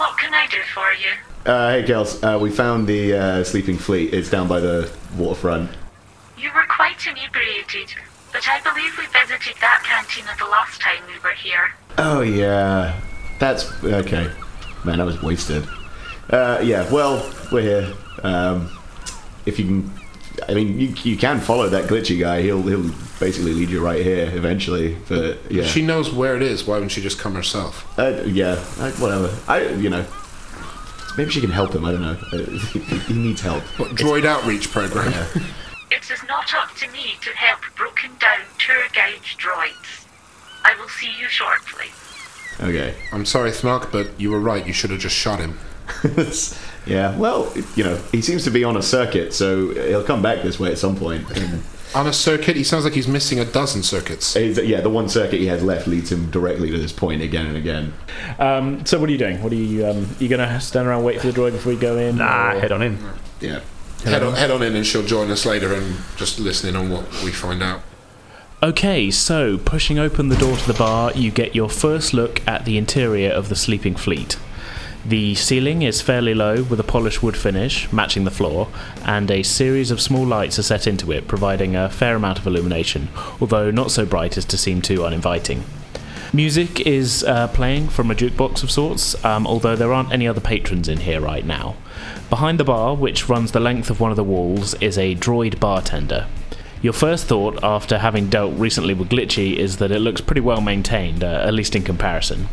Speaker 8: What can I do for you?
Speaker 2: Uh, hey, Kels. Uh, we found the uh, sleeping fleet. It's down by the waterfront.
Speaker 8: You were quite inebriated, but I believe we visited that cantina the last time we were here.
Speaker 2: Oh yeah, that's okay. Man, I was wasted. Uh, yeah, well, we're here. Um, if you can, I mean, you, you can follow that glitchy guy. He'll he'll basically lead you right here eventually. But yeah,
Speaker 3: If she knows where it is, why wouldn't she just come herself?
Speaker 2: uh, yeah, I, whatever. I you know, maybe she can help him. I don't know. Uh, he needs help.
Speaker 3: What, droid outreach program?
Speaker 8: It is not up to me to help broken down tour guide droids. I will see you shortly.
Speaker 2: Okay.
Speaker 3: I'm sorry, Thnock, but you were right. You should have just shot him.
Speaker 2: yeah. Well, you know, he seems to be on a circuit, so he'll come back this way at some point.
Speaker 3: On a circuit, he sounds like he's missing a dozen circuits.
Speaker 2: Is that- yeah, the one circuit he has left leads him directly to this point again and again.
Speaker 1: Um, so what are you doing? What are you um, you gonna stand around and wait for the droid before you go in?
Speaker 5: Nah,
Speaker 1: or-
Speaker 5: head on in.
Speaker 2: Yeah.
Speaker 3: Head on, head on in, and she'll join us later, and just listening on what we find out.
Speaker 1: Okay, so pushing open the door to the bar, you get your first look at the interior of the sleeping fleet. The ceiling is fairly low with a polished wood finish matching the floor, and a series of small lights are set into it, providing a fair amount of illumination, although not so bright as to seem too uninviting. Music is uh, playing from a jukebox of sorts, um, although there aren't any other patrons in here right now. Behind the bar, which runs the length of one of the walls, is a droid bartender. Your first thought after having dealt recently with Glitchy is that it looks pretty well maintained, uh, at least in comparison.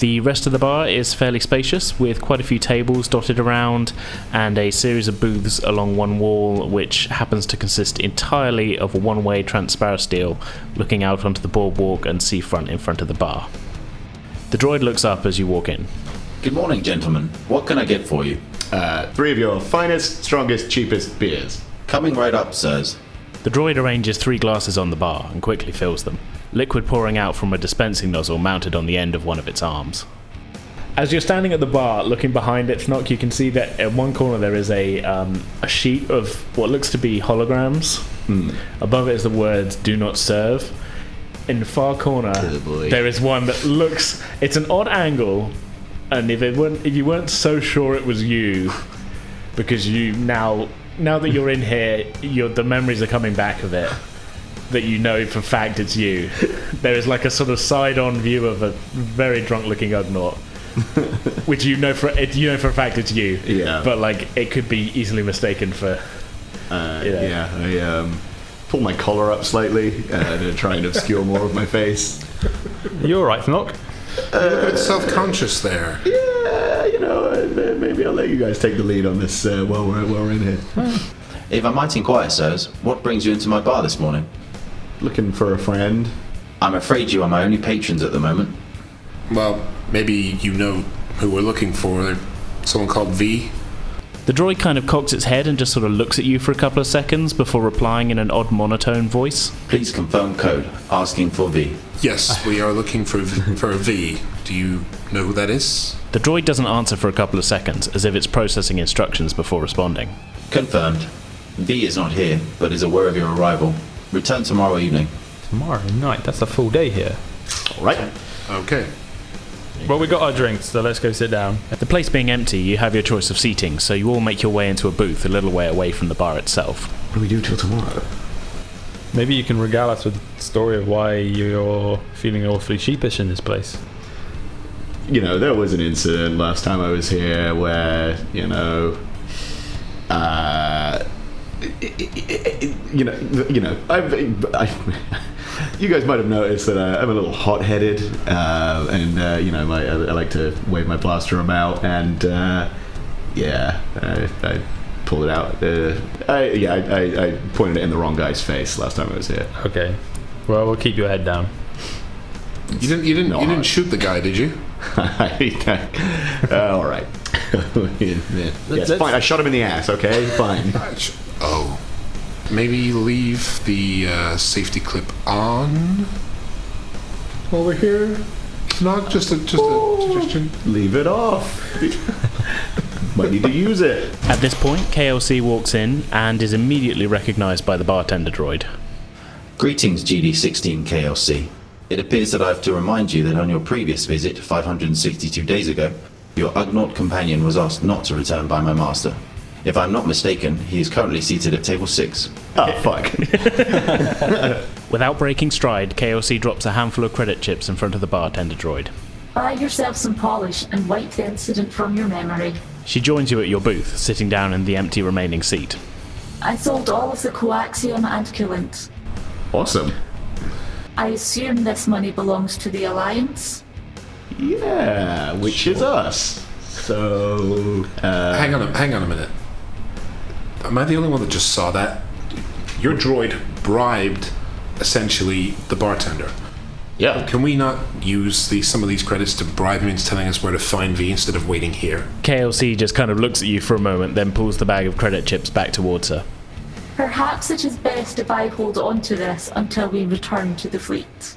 Speaker 1: The rest of the bar is fairly spacious, with quite a few tables dotted around and a series of booths along one wall, which happens to consist entirely of a one way transparent steel looking out onto the boardwalk and seafront in front of the bar. The droid looks up as you walk in.
Speaker 14: Good morning, gentlemen. What can I get for you?
Speaker 2: Uh, three of your finest, strongest, cheapest beers.
Speaker 14: Coming right up, sirs.
Speaker 1: The droid arranges three glasses on the bar and quickly fills them, liquid pouring out from a dispensing nozzle mounted on the end of one of its arms.
Speaker 7: As you're standing at the bar, looking behind it, Fnock, you can see that in one corner there is a um, a sheet of what looks to be holograms.
Speaker 2: Hmm.
Speaker 7: Above it is the words "Do not serve." In the far corner, there is one that looks. It's an odd angle, and if it weren't, if you weren't so sure it was you, because you now now that you're in here, you're, the memories are coming back of it. That you know for fact it's you. There is like a sort of side-on view of a very drunk-looking Ugnaught, which you know for it, you know for a fact it's you.
Speaker 2: Yeah.
Speaker 7: But like it could be easily mistaken for.
Speaker 2: Uh,
Speaker 7: Yeah.
Speaker 2: yeah. I um, pull my collar up slightly uh, to try and obscure more of my face.
Speaker 5: You're right, Fnock.
Speaker 14: Uh,
Speaker 3: You're a bit self-conscious there.
Speaker 2: Yeah, you know, uh, maybe I'll let you guys take the lead on this uh, while, we're, while we're in here.
Speaker 14: If I might inquire, sirs, what brings you into my bar this morning?
Speaker 2: Looking for a friend.
Speaker 14: I'm afraid you are my only patrons at the moment.
Speaker 3: Well, maybe you know who we're looking for. Someone called V.
Speaker 1: The droid kind of cocks its head and just sort of looks at you for a couple of seconds before replying in an odd monotone voice.
Speaker 14: Please confirm code, asking for V.
Speaker 3: Yes, we are looking for for a V. Do you know who that is?
Speaker 1: The droid doesn't answer for a couple of seconds, as if it's processing instructions before responding.
Speaker 14: Confirmed. V is not here, but is aware of your arrival. Return tomorrow evening.
Speaker 5: Tomorrow night, that's a full day here.
Speaker 2: All right.
Speaker 3: Okay.
Speaker 5: Well, we got our drinks, so let's go sit down.
Speaker 1: The place being empty, you have your choice of seating, so you all make your way into a booth a little way away from the bar itself.
Speaker 5: What do we do till tomorrow? Maybe you can regale us with the story of why you're feeling awfully sheepish in this place.
Speaker 2: you know, there was an incident last time I was here where, you know, uh, you know, you know, I've, I, you guys might have noticed that uh, I'm a little hot-headed, uh, and uh, you know, my, I, I like to wave my blaster about, and uh, yeah, I, I pulled it out. Uh, I, yeah, I, I, I pointed it in the wrong guy's face last time I was here.
Speaker 5: Okay. Well, we'll keep your head down.
Speaker 3: You didn't. You didn't. you didn't shoot the guy, did you?
Speaker 2: uh, all right. yes,
Speaker 3: let's-
Speaker 2: fine. I shot him in the ass. Okay, fine.
Speaker 3: Oh, maybe leave the uh, safety clip on while we're here. Not just a just a suggestion.
Speaker 2: Leave it off. Might need to use it.
Speaker 1: At this point, KLC walks in and is immediately recognized by the bartender droid.
Speaker 14: Greetings, GD16KLC. It appears that I have to remind you that on your previous visit, 562 days ago, your Ugnaught companion was asked not to return by my master. If I'm not mistaken, he is currently seated at table 6.
Speaker 2: Oh, fuck.
Speaker 1: Without breaking stride, KLC drops a handful of credit chips in front of the bartender droid.
Speaker 8: Buy yourself some polish and wipe the incident from your memory.
Speaker 1: She joins you at your booth, sitting down in the empty remaining seat.
Speaker 8: I sold all of the coaxium and coolant.
Speaker 2: Awesome.
Speaker 8: I assume this money belongs to the Alliance?
Speaker 14: Uh,
Speaker 2: Yeah, which is us. So, uh,
Speaker 3: hang on. A, hang on a minute. Am I the only one that just saw that? Your droid bribed essentially the bartender.
Speaker 14: Yeah.
Speaker 3: Can we not use the, some of these credits to bribe him into telling us where to find V instead of waiting here?
Speaker 1: KLC just kind of looks at you for a moment, then pulls the bag of credit chips back towards her.
Speaker 8: Perhaps it is best if I hold on to this until we return to the fleet.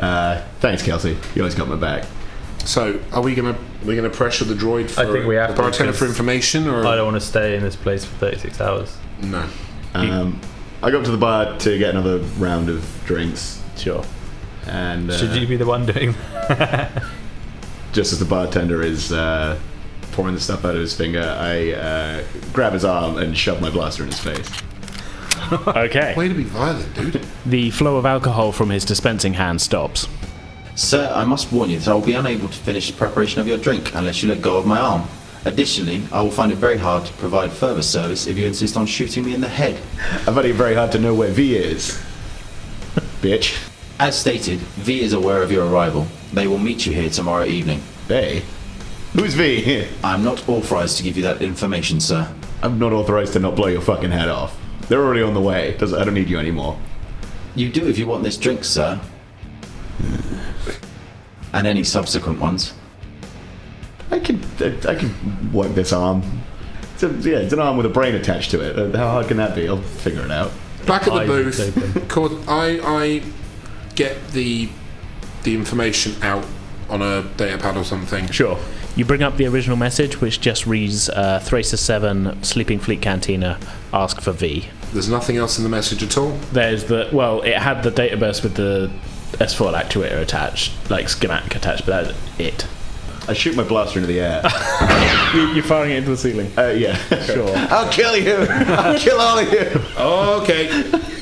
Speaker 2: uh, thanks, Kelsey. You always got my back.
Speaker 3: So, are we gonna we gonna pressure the droid for
Speaker 5: I think we have
Speaker 3: the
Speaker 5: to,
Speaker 3: bartender for
Speaker 5: because
Speaker 3: information, or
Speaker 5: I don't want to stay in this place for 36 hours.
Speaker 3: No.
Speaker 2: Um, I go up to the bar to get another round of drinks.
Speaker 1: Sure.
Speaker 2: And uh,
Speaker 5: Should you be the one doing
Speaker 2: just as the bartender is uh, pouring the stuff out of his finger, I uh, grab his arm and shove my blaster in his face.
Speaker 1: okay.
Speaker 3: Way to be violent, dude.
Speaker 1: The flow of alcohol from his dispensing hand stops.
Speaker 14: Sir, I must warn you that I will be unable to finish the preparation of your drink unless you let go of my arm. Additionally, I will find it very hard to provide further service if you insist on shooting me in the head.
Speaker 2: I find it very hard to know where V is. Bitch.
Speaker 14: As stated, V is aware of your arrival. They will meet you here tomorrow evening.
Speaker 2: They? Who's V?
Speaker 14: I'm not authorized to give you that information, sir.
Speaker 2: I'm not authorized to not blow your fucking head off. They're already on the way. Does I don't need you anymore.
Speaker 14: You do if you want this drink, sir. and any subsequent ones.
Speaker 2: I can I, I can work this arm. It's a, yeah, it's an arm with a brain attached to it. Uh, How hard can that be? I'll figure it out.
Speaker 3: Back at the
Speaker 2: Eyes
Speaker 3: booth, Cord- I, I get the the information out on a data pad or something.
Speaker 7: Sure. You bring up the original message, which just reads uh, Thracer 7, Sleeping Fleet Cantina, ask for V.
Speaker 3: There's nothing else in the message at all?
Speaker 7: There's the. Well, it had the database with the S4 actuator attached, like schematic attached, but that's it.
Speaker 2: I shoot my blaster into the air.
Speaker 7: You're firing it into the ceiling.
Speaker 2: Uh, yeah.
Speaker 7: Sure.
Speaker 2: I'll kill you. I'll kill all of you.
Speaker 3: okay,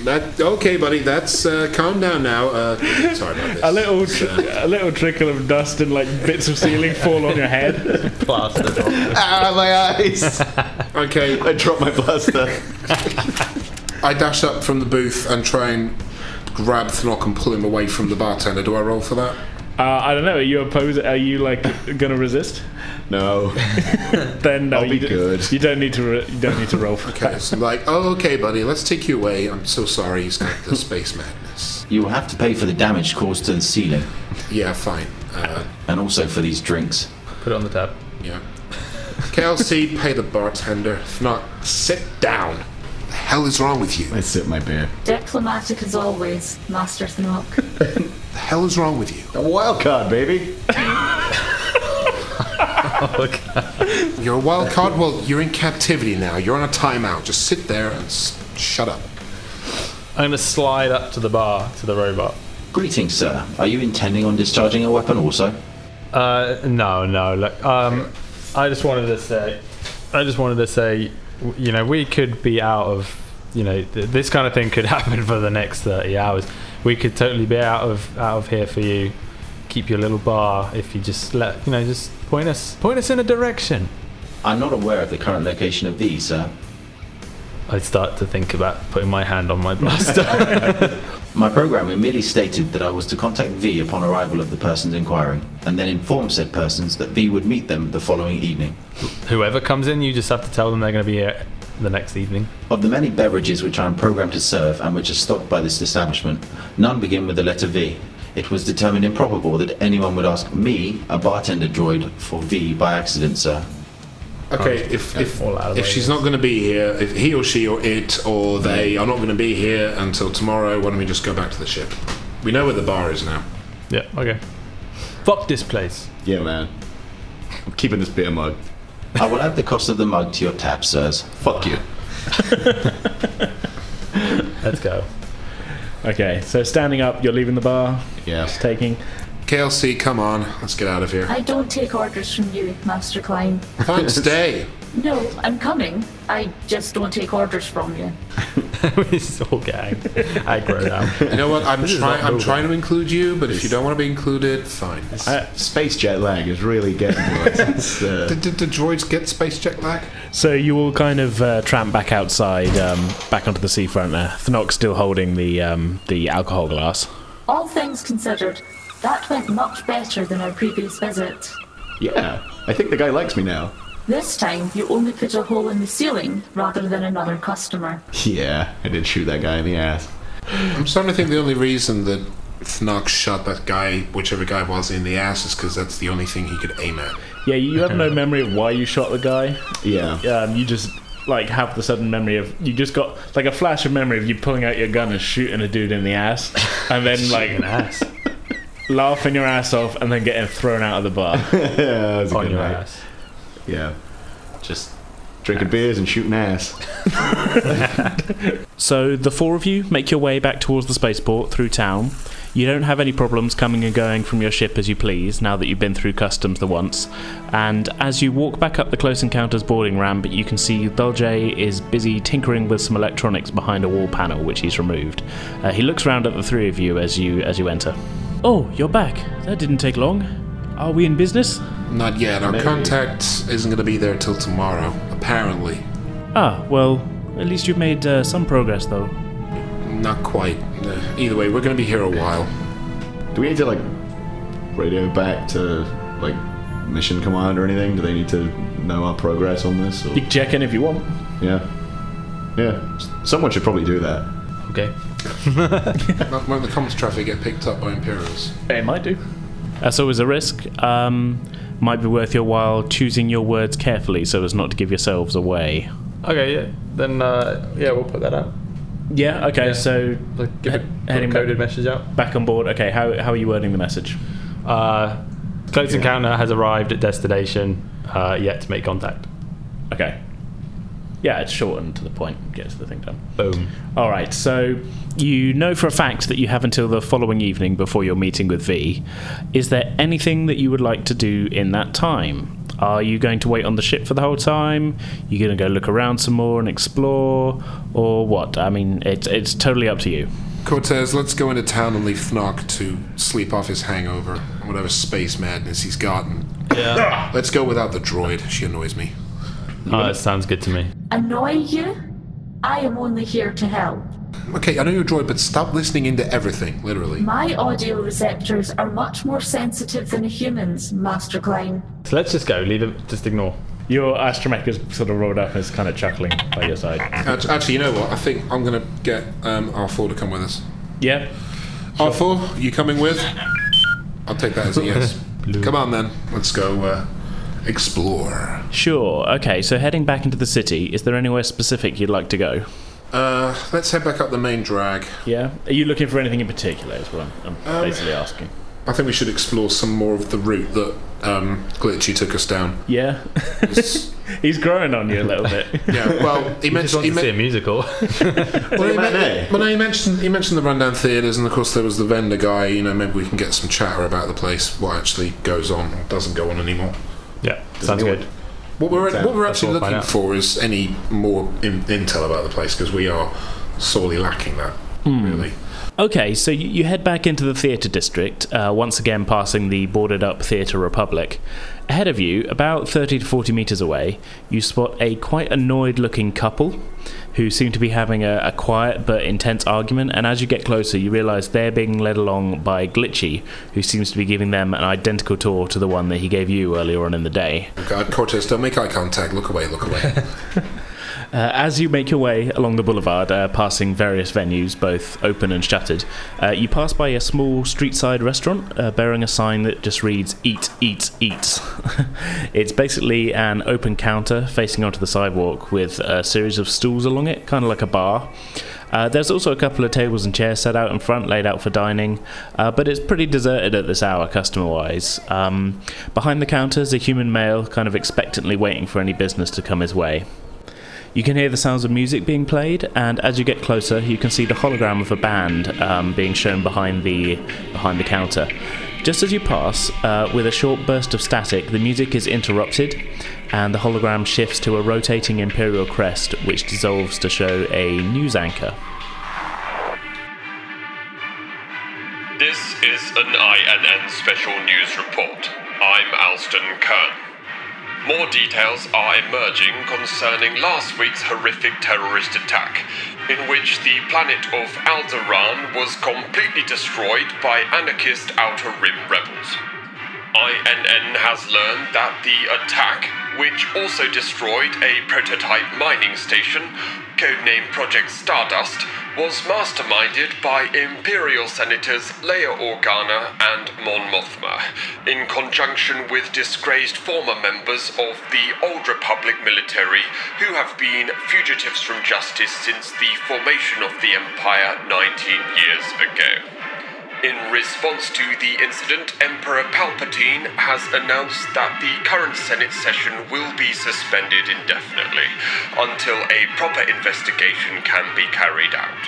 Speaker 3: that okay, buddy. That's uh, calm down now. Uh, sorry about this.
Speaker 7: A little, tr- a little trickle of dust and like bits of ceiling fall on your head.
Speaker 5: Plastered.
Speaker 2: ah, my eyes.
Speaker 3: okay,
Speaker 2: I dropped my blaster.
Speaker 3: I dash up from the booth and try and grab Thnock and pull him away from the bartender. Do I roll for that?
Speaker 7: Uh, I don't know. Are you opposed? Are you like gonna resist?
Speaker 2: No.
Speaker 7: then no,
Speaker 2: I'll
Speaker 7: you
Speaker 2: be
Speaker 7: d-
Speaker 2: good.
Speaker 7: You don't need to. Re- you don't need to roll for
Speaker 3: Okay, so I'm like, oh, okay, buddy, let's take you away. I'm so sorry. He's got the space madness.
Speaker 14: You will have to pay for the damage caused to the ceiling
Speaker 3: Yeah, fine. Uh,
Speaker 14: and also for these drinks.
Speaker 5: Put it on the tab.
Speaker 3: yeah. KLC, pay the bartender. Thnock, sit down. The hell is wrong with you?
Speaker 2: I sip my beer.
Speaker 8: Diplomatic as always, Master Thnock.
Speaker 3: The hell is wrong with you?
Speaker 2: A wild card, baby.
Speaker 3: You're a wild card. Well, you're in captivity now. You're on a timeout. Just sit there and s- shut up.
Speaker 5: I'm gonna slide up to the bar to the robot.
Speaker 14: Greetings, sir. Are you intending on discharging a weapon also?
Speaker 5: Uh, no, no. Look, um, I just wanted to say, I just wanted to say, w- you know, we could be out of, you know, th- this kind of thing could happen for the next thirty hours. We could totally be out of out of here for you. Keep your little bar if you just let, you know, just point us point us in a direction.
Speaker 14: I'm not aware of the current location of these, sir.
Speaker 5: I start to think about putting my hand on my blaster.
Speaker 14: My programmer merely stated that I was to contact V upon arrival of the persons inquiring, and then inform said persons that V would meet them the following evening.
Speaker 5: Whoever comes in, you just have to tell them they're going to be here the next evening.
Speaker 14: Of the many beverages which I am programmed to serve and which are stocked by this establishment, none begin with the letter V. It was determined improbable that anyone would ask me, a bartender droid, for V by accident, sir.
Speaker 3: Okay, if if,
Speaker 5: fall out of
Speaker 3: if
Speaker 5: the
Speaker 3: she's not going to be here, if he or she or it or they are not going to be here until tomorrow, why don't we just go back to the ship? We know where the bar is now.
Speaker 5: Yeah. Okay. Fuck this place.
Speaker 2: Yeah, man. I'm keeping this beer mug.
Speaker 14: I will add the cost of the mug to your tab, sirs.
Speaker 2: Fuck you.
Speaker 5: Let's go.
Speaker 7: Okay, so standing up, you're leaving the bar.
Speaker 2: Yeah.
Speaker 7: Just taking.
Speaker 3: KLC, come on, let's get out of here.
Speaker 8: I don't take orders from you, Master Klein.
Speaker 3: Fine, stay.
Speaker 8: No, I'm coming. I just don't take orders from you.
Speaker 5: we just all get ag- aggro now.
Speaker 3: You know what? I'm
Speaker 5: is
Speaker 3: trying.
Speaker 5: not
Speaker 3: I'm
Speaker 5: moving.
Speaker 3: trying to include you, but if you don't want to be included, fine.
Speaker 2: Space jet lag is really getting to us. It's, uh,
Speaker 3: Did, did the droids get space jet lag?
Speaker 7: So you all kind of uh, tramp back outside, um, back onto the seafront. There, Thnock's still holding the um, the alcohol glass.
Speaker 8: All things considered, that went much better than our previous visit.
Speaker 2: yeah. I think the guy likes me now.
Speaker 8: This time, you only put a hole in the ceiling rather than another customer.
Speaker 2: Yeah, I did shoot that guy in the ass.
Speaker 3: I'm starting to think the only reason that Thnock shot that guy, whichever guy it was, in the ass is because that's the only thing he could aim at.
Speaker 7: Yeah, you have no memory of why you shot the guy.
Speaker 2: Yeah.
Speaker 7: Um, you just like have the sudden memory of you just got like a flash of memory of you pulling out your gun and shooting a dude in the ass, and then like
Speaker 5: An ass
Speaker 7: laughing your ass off, and then getting thrown out of the bar.
Speaker 2: yeah, it was a
Speaker 5: on
Speaker 2: good
Speaker 5: your
Speaker 2: night.
Speaker 5: ass.
Speaker 2: Yeah. Just drinking beers and shooting ass.
Speaker 1: So the four of you make your way back towards the spaceport through town. You don't have any problems coming and going from your ship as you please now that you've been through customs the once. And as you walk back up the Close Encounters boarding ramp, you can see Dolce is busy tinkering with some electronics behind a wall panel which he's removed. Uh, he looks round at the three of you as you as you enter.
Speaker 4: Oh, you're back. That didn't take long. Are we in business?
Speaker 3: Not yet. Our
Speaker 4: Maybe.
Speaker 3: contact isn't going to be there till tomorrow, apparently.
Speaker 4: Ah, well, at least you've made uh, some progress, though.
Speaker 3: Not quite. Uh, Either way, we're going to be here a while.
Speaker 2: Do we need to like radio back to like mission command or anything? Do they need to know our progress on this? Or?
Speaker 7: You can check in if you want.
Speaker 2: Yeah, yeah. S- Someone should probably do that.
Speaker 7: Okay.
Speaker 3: Not when the comms traffic get picked up by Imperials.
Speaker 7: It might do.
Speaker 1: That's always a risk. Um, might be worth your while choosing your words carefully so as not to give yourselves away.
Speaker 5: Okay, yeah. Then uh, yeah, we'll put that out.
Speaker 1: Yeah. Okay. So
Speaker 5: give a
Speaker 1: heading
Speaker 5: coded message out.
Speaker 1: Back on board. Okay. How how are you wording the message?
Speaker 5: Uh, close encounter has arrived at destination. Uh, yet to make contact.
Speaker 7: Okay. Yeah, it's shortened to the point. Gets the thing done.
Speaker 5: Boom.
Speaker 1: All right, so you know for a fact that you have until the following evening before your meeting with V. Is there anything that you would like to do in that time? Are you going to wait on the ship for the whole time? You going to go look around some more and explore, or what? I mean, it's it's totally up to you.
Speaker 3: Cortez, let's go into town and leave Thnock to sleep off his hangover, whatever space madness he's gotten.
Speaker 5: Yeah.
Speaker 3: let's go without the droid. She annoys me.
Speaker 5: Oh, that sounds good to me.
Speaker 8: Annoy you? I am only here to help.
Speaker 3: Okay, I know you're a droid, but stop listening into everything, literally.
Speaker 8: My audio receptors are much more sensitive than a human's, Master Klein.
Speaker 5: So let's just go. Leave it. Just ignore.
Speaker 7: Your astromech is sort of rolled up and is kind of chuckling by your side.
Speaker 3: Act- Actually, you know what? I think I'm going to get um, R4 to come with us.
Speaker 7: Yeah.
Speaker 3: R4, you coming with? I'll take that as a yes. come on then. Let's go uh, explore.
Speaker 1: Sure. Okay. So heading back into the city, is there anywhere specific you'd like to go?
Speaker 3: Uh, let's head back up the main drag.
Speaker 7: Yeah. Are you looking for anything in particular? Is what I'm, I'm
Speaker 3: Um,
Speaker 7: basically asking.
Speaker 3: I think we should explore some more of the route that um, Glitchy took us down.
Speaker 7: Yeah. He's growing on you a little bit.
Speaker 3: Yeah, well, he mentioned. He
Speaker 5: to see a
Speaker 3: men-
Speaker 5: musical.
Speaker 3: well, he men- well, no, he mentioned he mentioned the rundown theatres, and of course there was the vendor guy. You know, maybe we can get some chatter about the place, what actually goes on or doesn't go on anymore.
Speaker 5: Yeah, sounds good.
Speaker 3: What we're what we're
Speaker 5: That's
Speaker 3: actually
Speaker 5: all fine
Speaker 3: looking
Speaker 5: out.
Speaker 3: for is any more in, intel about the place because we are sorely lacking that. Really.
Speaker 1: Hmm. Okay, so you, you head back into the theatre district, uh, once again passing the boarded up Theatre Republic. Ahead of you, about 30 to 40 metres away, you spot a quite annoyed looking couple who seem to be having a, a quiet but intense argument. And as you get closer, you realise they're being led along by Glitchy, who seems to be giving them an identical tour to the one that he gave you earlier on in the day.
Speaker 3: God, Uh, Cortez, don't make eye contact. Look away. Look away.
Speaker 1: Uh, as you make your way along the boulevard, uh, passing various venues, both open and shuttered, uh, you pass by a small street side restaurant uh, bearing a sign that just reads Eat, Eat, Eat. it's basically an open counter facing onto the sidewalk with a series of stools along it, kind of like a bar. Uh, there's also a couple of tables and chairs set out in front, laid out for dining, uh, but it's pretty deserted at this hour, customer wise. Um, behind the counter is a human male, kind of expectantly waiting for any business to come his way. You can hear the sounds of music being played, and as you get closer, you can see the hologram of a band um, being shown behind the behind the counter. Just as you pass, uh, with a short burst of static, the music is interrupted, and the hologram shifts to a rotating imperial crest, which dissolves to show a news anchor.
Speaker 15: This is an INN special news report. I'm Alston Kern. More details are emerging concerning last week's horrific terrorist attack, in which the planet of Alderaan was completely destroyed by anarchist Outer Rim rebels. INN has learned that the attack, which also destroyed a prototype mining station, codenamed Project Stardust, was masterminded by Imperial Senators Leia Organa and Mon Mothma, in conjunction with disgraced former members of the Old Republic military who have been fugitives from justice since the formation of the Empire 19 years ago. In response to the incident, Emperor Palpatine has announced that the current Senate session will be suspended indefinitely until a proper investigation can be carried out.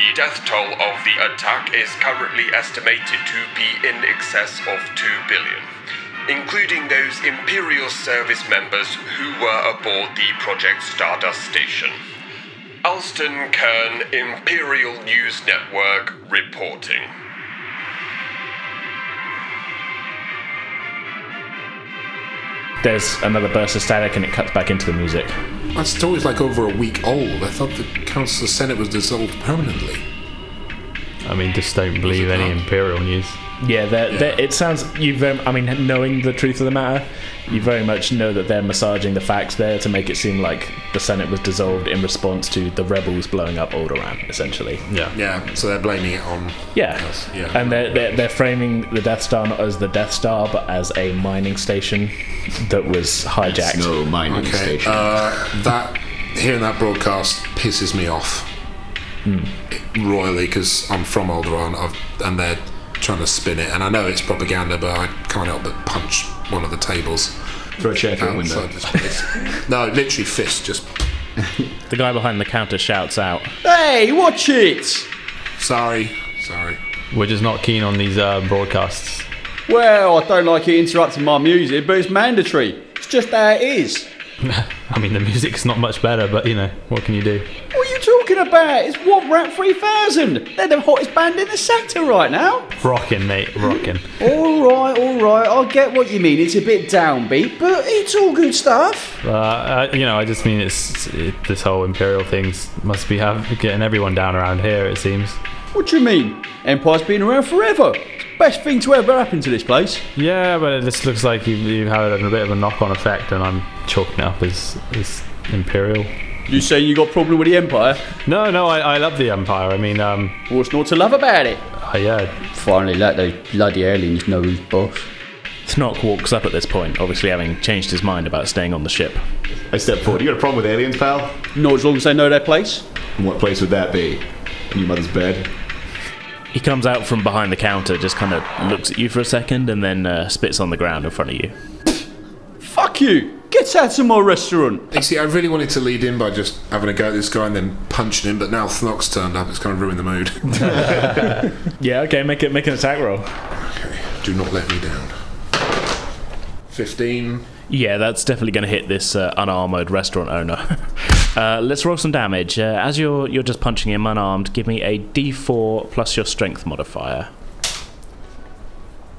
Speaker 15: The death toll of the attack is currently estimated to be in excess of 2 billion, including those Imperial service members who were aboard the Project Stardust station. Alston Kern, Imperial News Network, reporting.
Speaker 1: there's another burst of static and it cuts back into the music.
Speaker 3: That story's like over a week old. I thought the Council of Senate was dissolved permanently.
Speaker 5: I mean, just don't believe any Imperial news.
Speaker 1: Yeah, they're, They're, it sounds you. Very, I mean, knowing the truth of the matter, you very much know that they're massaging the facts there to make it seem like the Senate was dissolved in response to the rebels blowing up Alderaan, essentially.
Speaker 5: Yeah.
Speaker 3: Yeah, so they're blaming it on.
Speaker 1: Yeah.
Speaker 3: us, Yeah.
Speaker 1: And they're, they're, they're framing the Death Star not as the Death Star, but as a mining station that was hijacked.
Speaker 3: okay. Uh, that hearing that broadcast pisses me off royally because I'm from Alderaan I've, and they're trying to spin it. And I know it's propaganda, but I can't help but punch one of the tables.
Speaker 2: Throw a chair through the window.
Speaker 3: Outside this place. no, literally fist. Just
Speaker 1: the guy behind the counter shouts out.
Speaker 5: Hey, watch it!
Speaker 3: Sorry, sorry.
Speaker 5: We're just not keen on these uh, broadcasts.
Speaker 16: Well, I don't like it interrupting my music, but it's mandatory. It's just how it is.
Speaker 5: I mean, the music's not much better, but you know, what can you do?
Speaker 16: What are you talking about? It's Wob Rat 3000. They're the hottest band in the sector right now.
Speaker 5: Rocking, mate, rocking.
Speaker 16: All right, all right. I get what you mean. It's a bit downbeat, but it's all good stuff.
Speaker 5: Uh, I, you know, I just mean it's it, this whole imperial things must be have, getting everyone down around here. It seems.
Speaker 16: What do you mean? Empire's been around forever. It's the best thing to ever happen to this place.
Speaker 5: Yeah, but this looks like you've, you've had a bit of a knock-on effect, and I'm chalking it up as, as imperial.
Speaker 16: You say you got problem with the empire?
Speaker 5: No, no, I, I love the empire. I mean, um,
Speaker 16: what's not to love about it?
Speaker 5: Oh yeah.
Speaker 16: Finally, let those bloody aliens know who's boss.
Speaker 1: Snock walks up at this point, obviously having changed his mind about staying on the ship.
Speaker 2: I step forward. You got a problem with aliens, pal?
Speaker 16: No, as long as they know their place.
Speaker 2: What place would that be? In your mother's bed.
Speaker 1: He comes out from behind the counter, just kind of looks at you for a second, and then uh, spits on the ground in front of you.
Speaker 16: Fuck you! Get out of my restaurant!
Speaker 3: You see, I really wanted to lead in by just having a go at this guy and then punching him, but now Thnock's turned up. It's kind of ruined the mood.
Speaker 1: yeah, okay, make it make an attack roll.
Speaker 3: Do not let me down. 15.
Speaker 1: Yeah, that's definitely going to hit this uh, unarmored restaurant owner. uh, let's roll some damage. Uh, as you're you're just punching him unarmed, give me a D4 plus your strength modifier.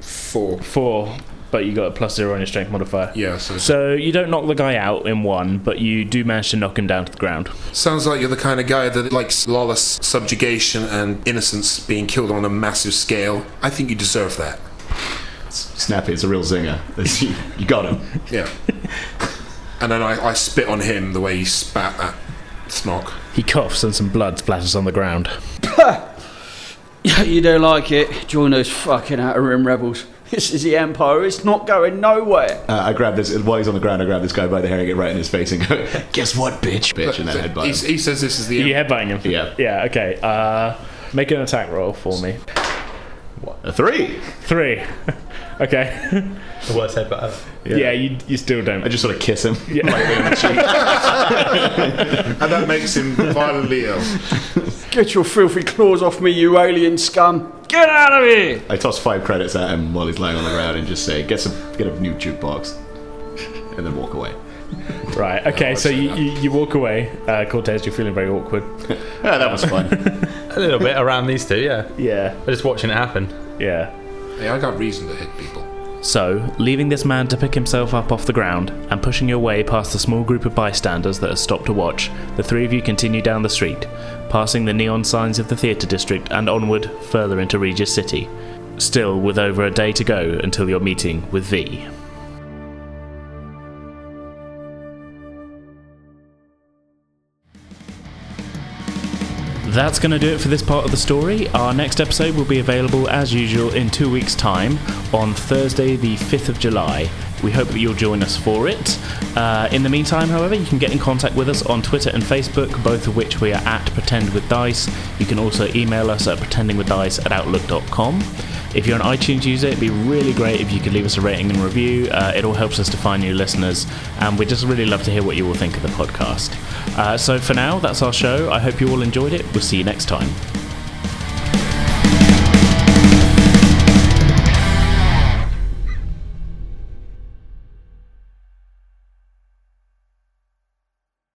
Speaker 3: Four.
Speaker 1: Four. But you got a plus zero on your strength modifier.
Speaker 3: Yeah. So,
Speaker 1: you don't knock the guy out in one, but you do manage to knock him down to the ground.
Speaker 3: Sounds like you're the kind of guy that likes lawless subjugation and innocents being killed on a massive scale. I think you deserve that.
Speaker 2: Snappy, it's a real zinger. It's- you- you got him.
Speaker 3: Yeah. and then I, I spit on him the way he spat at Snock.
Speaker 1: He coughs and some blood splatters on the ground.
Speaker 16: you don't like it? Join those fucking outer rim rebels. This is the Empire, it's not going nowhere.
Speaker 2: Uh, I grab this while he's on the ground. I grab this guy by the hair and get right in his face and go, "Guess what, bitch, bitch!" And then headbutt him.
Speaker 3: He says this is the.
Speaker 1: You headbutting him.
Speaker 2: Yeah.
Speaker 1: Yeah. Okay. Uh, make an attack roll for me.
Speaker 2: A three.
Speaker 1: Three. okay.
Speaker 5: The worst headbutt ever.
Speaker 1: Yeah. you, you still don't. I
Speaker 2: just sort of kiss him.
Speaker 1: Yeah.
Speaker 3: And that makes him violently ill.
Speaker 16: Get your filthy claws off me, you alien scum. Get out of here!
Speaker 2: I toss five credits at him while he's laying on the ground and just say, "Get some, get a new jukebox," and then walk away.
Speaker 1: Right. Okay. so you, you, you walk away, uh, Cortez. You're feeling very awkward.
Speaker 2: yeah, that was fun.
Speaker 5: A little bit around these two, yeah.
Speaker 1: Yeah.
Speaker 5: But just watching it happen.
Speaker 1: Yeah.
Speaker 3: Hey, I got reason to hit people.
Speaker 1: So, leaving this man to pick himself up off the ground and pushing your way past the small group of bystanders that has stopped to watch, the three of you continue down the street, passing the neon signs of the theatre district and onward further into Regis City. Still with over a day to go until your meeting with V. That's going to do it for this part of the story. Our next episode will be available as usual in two weeks' time on Thursday, the 5th of July. We hope that you'll join us for it. Uh, in the meantime, however, you can get in contact with us on Twitter and Facebook, both of which we are at Pretend with Dice. You can also email us at pretendingwithdice at outlook.com. If you're an iTunes user, it'd be really great if you could leave us a rating and review. Uh, it all helps us to find new listeners, and we'd just really love to hear what you all think of the podcast. Uh, so for now, that's our show. I hope you all enjoyed it. We'll see you next time.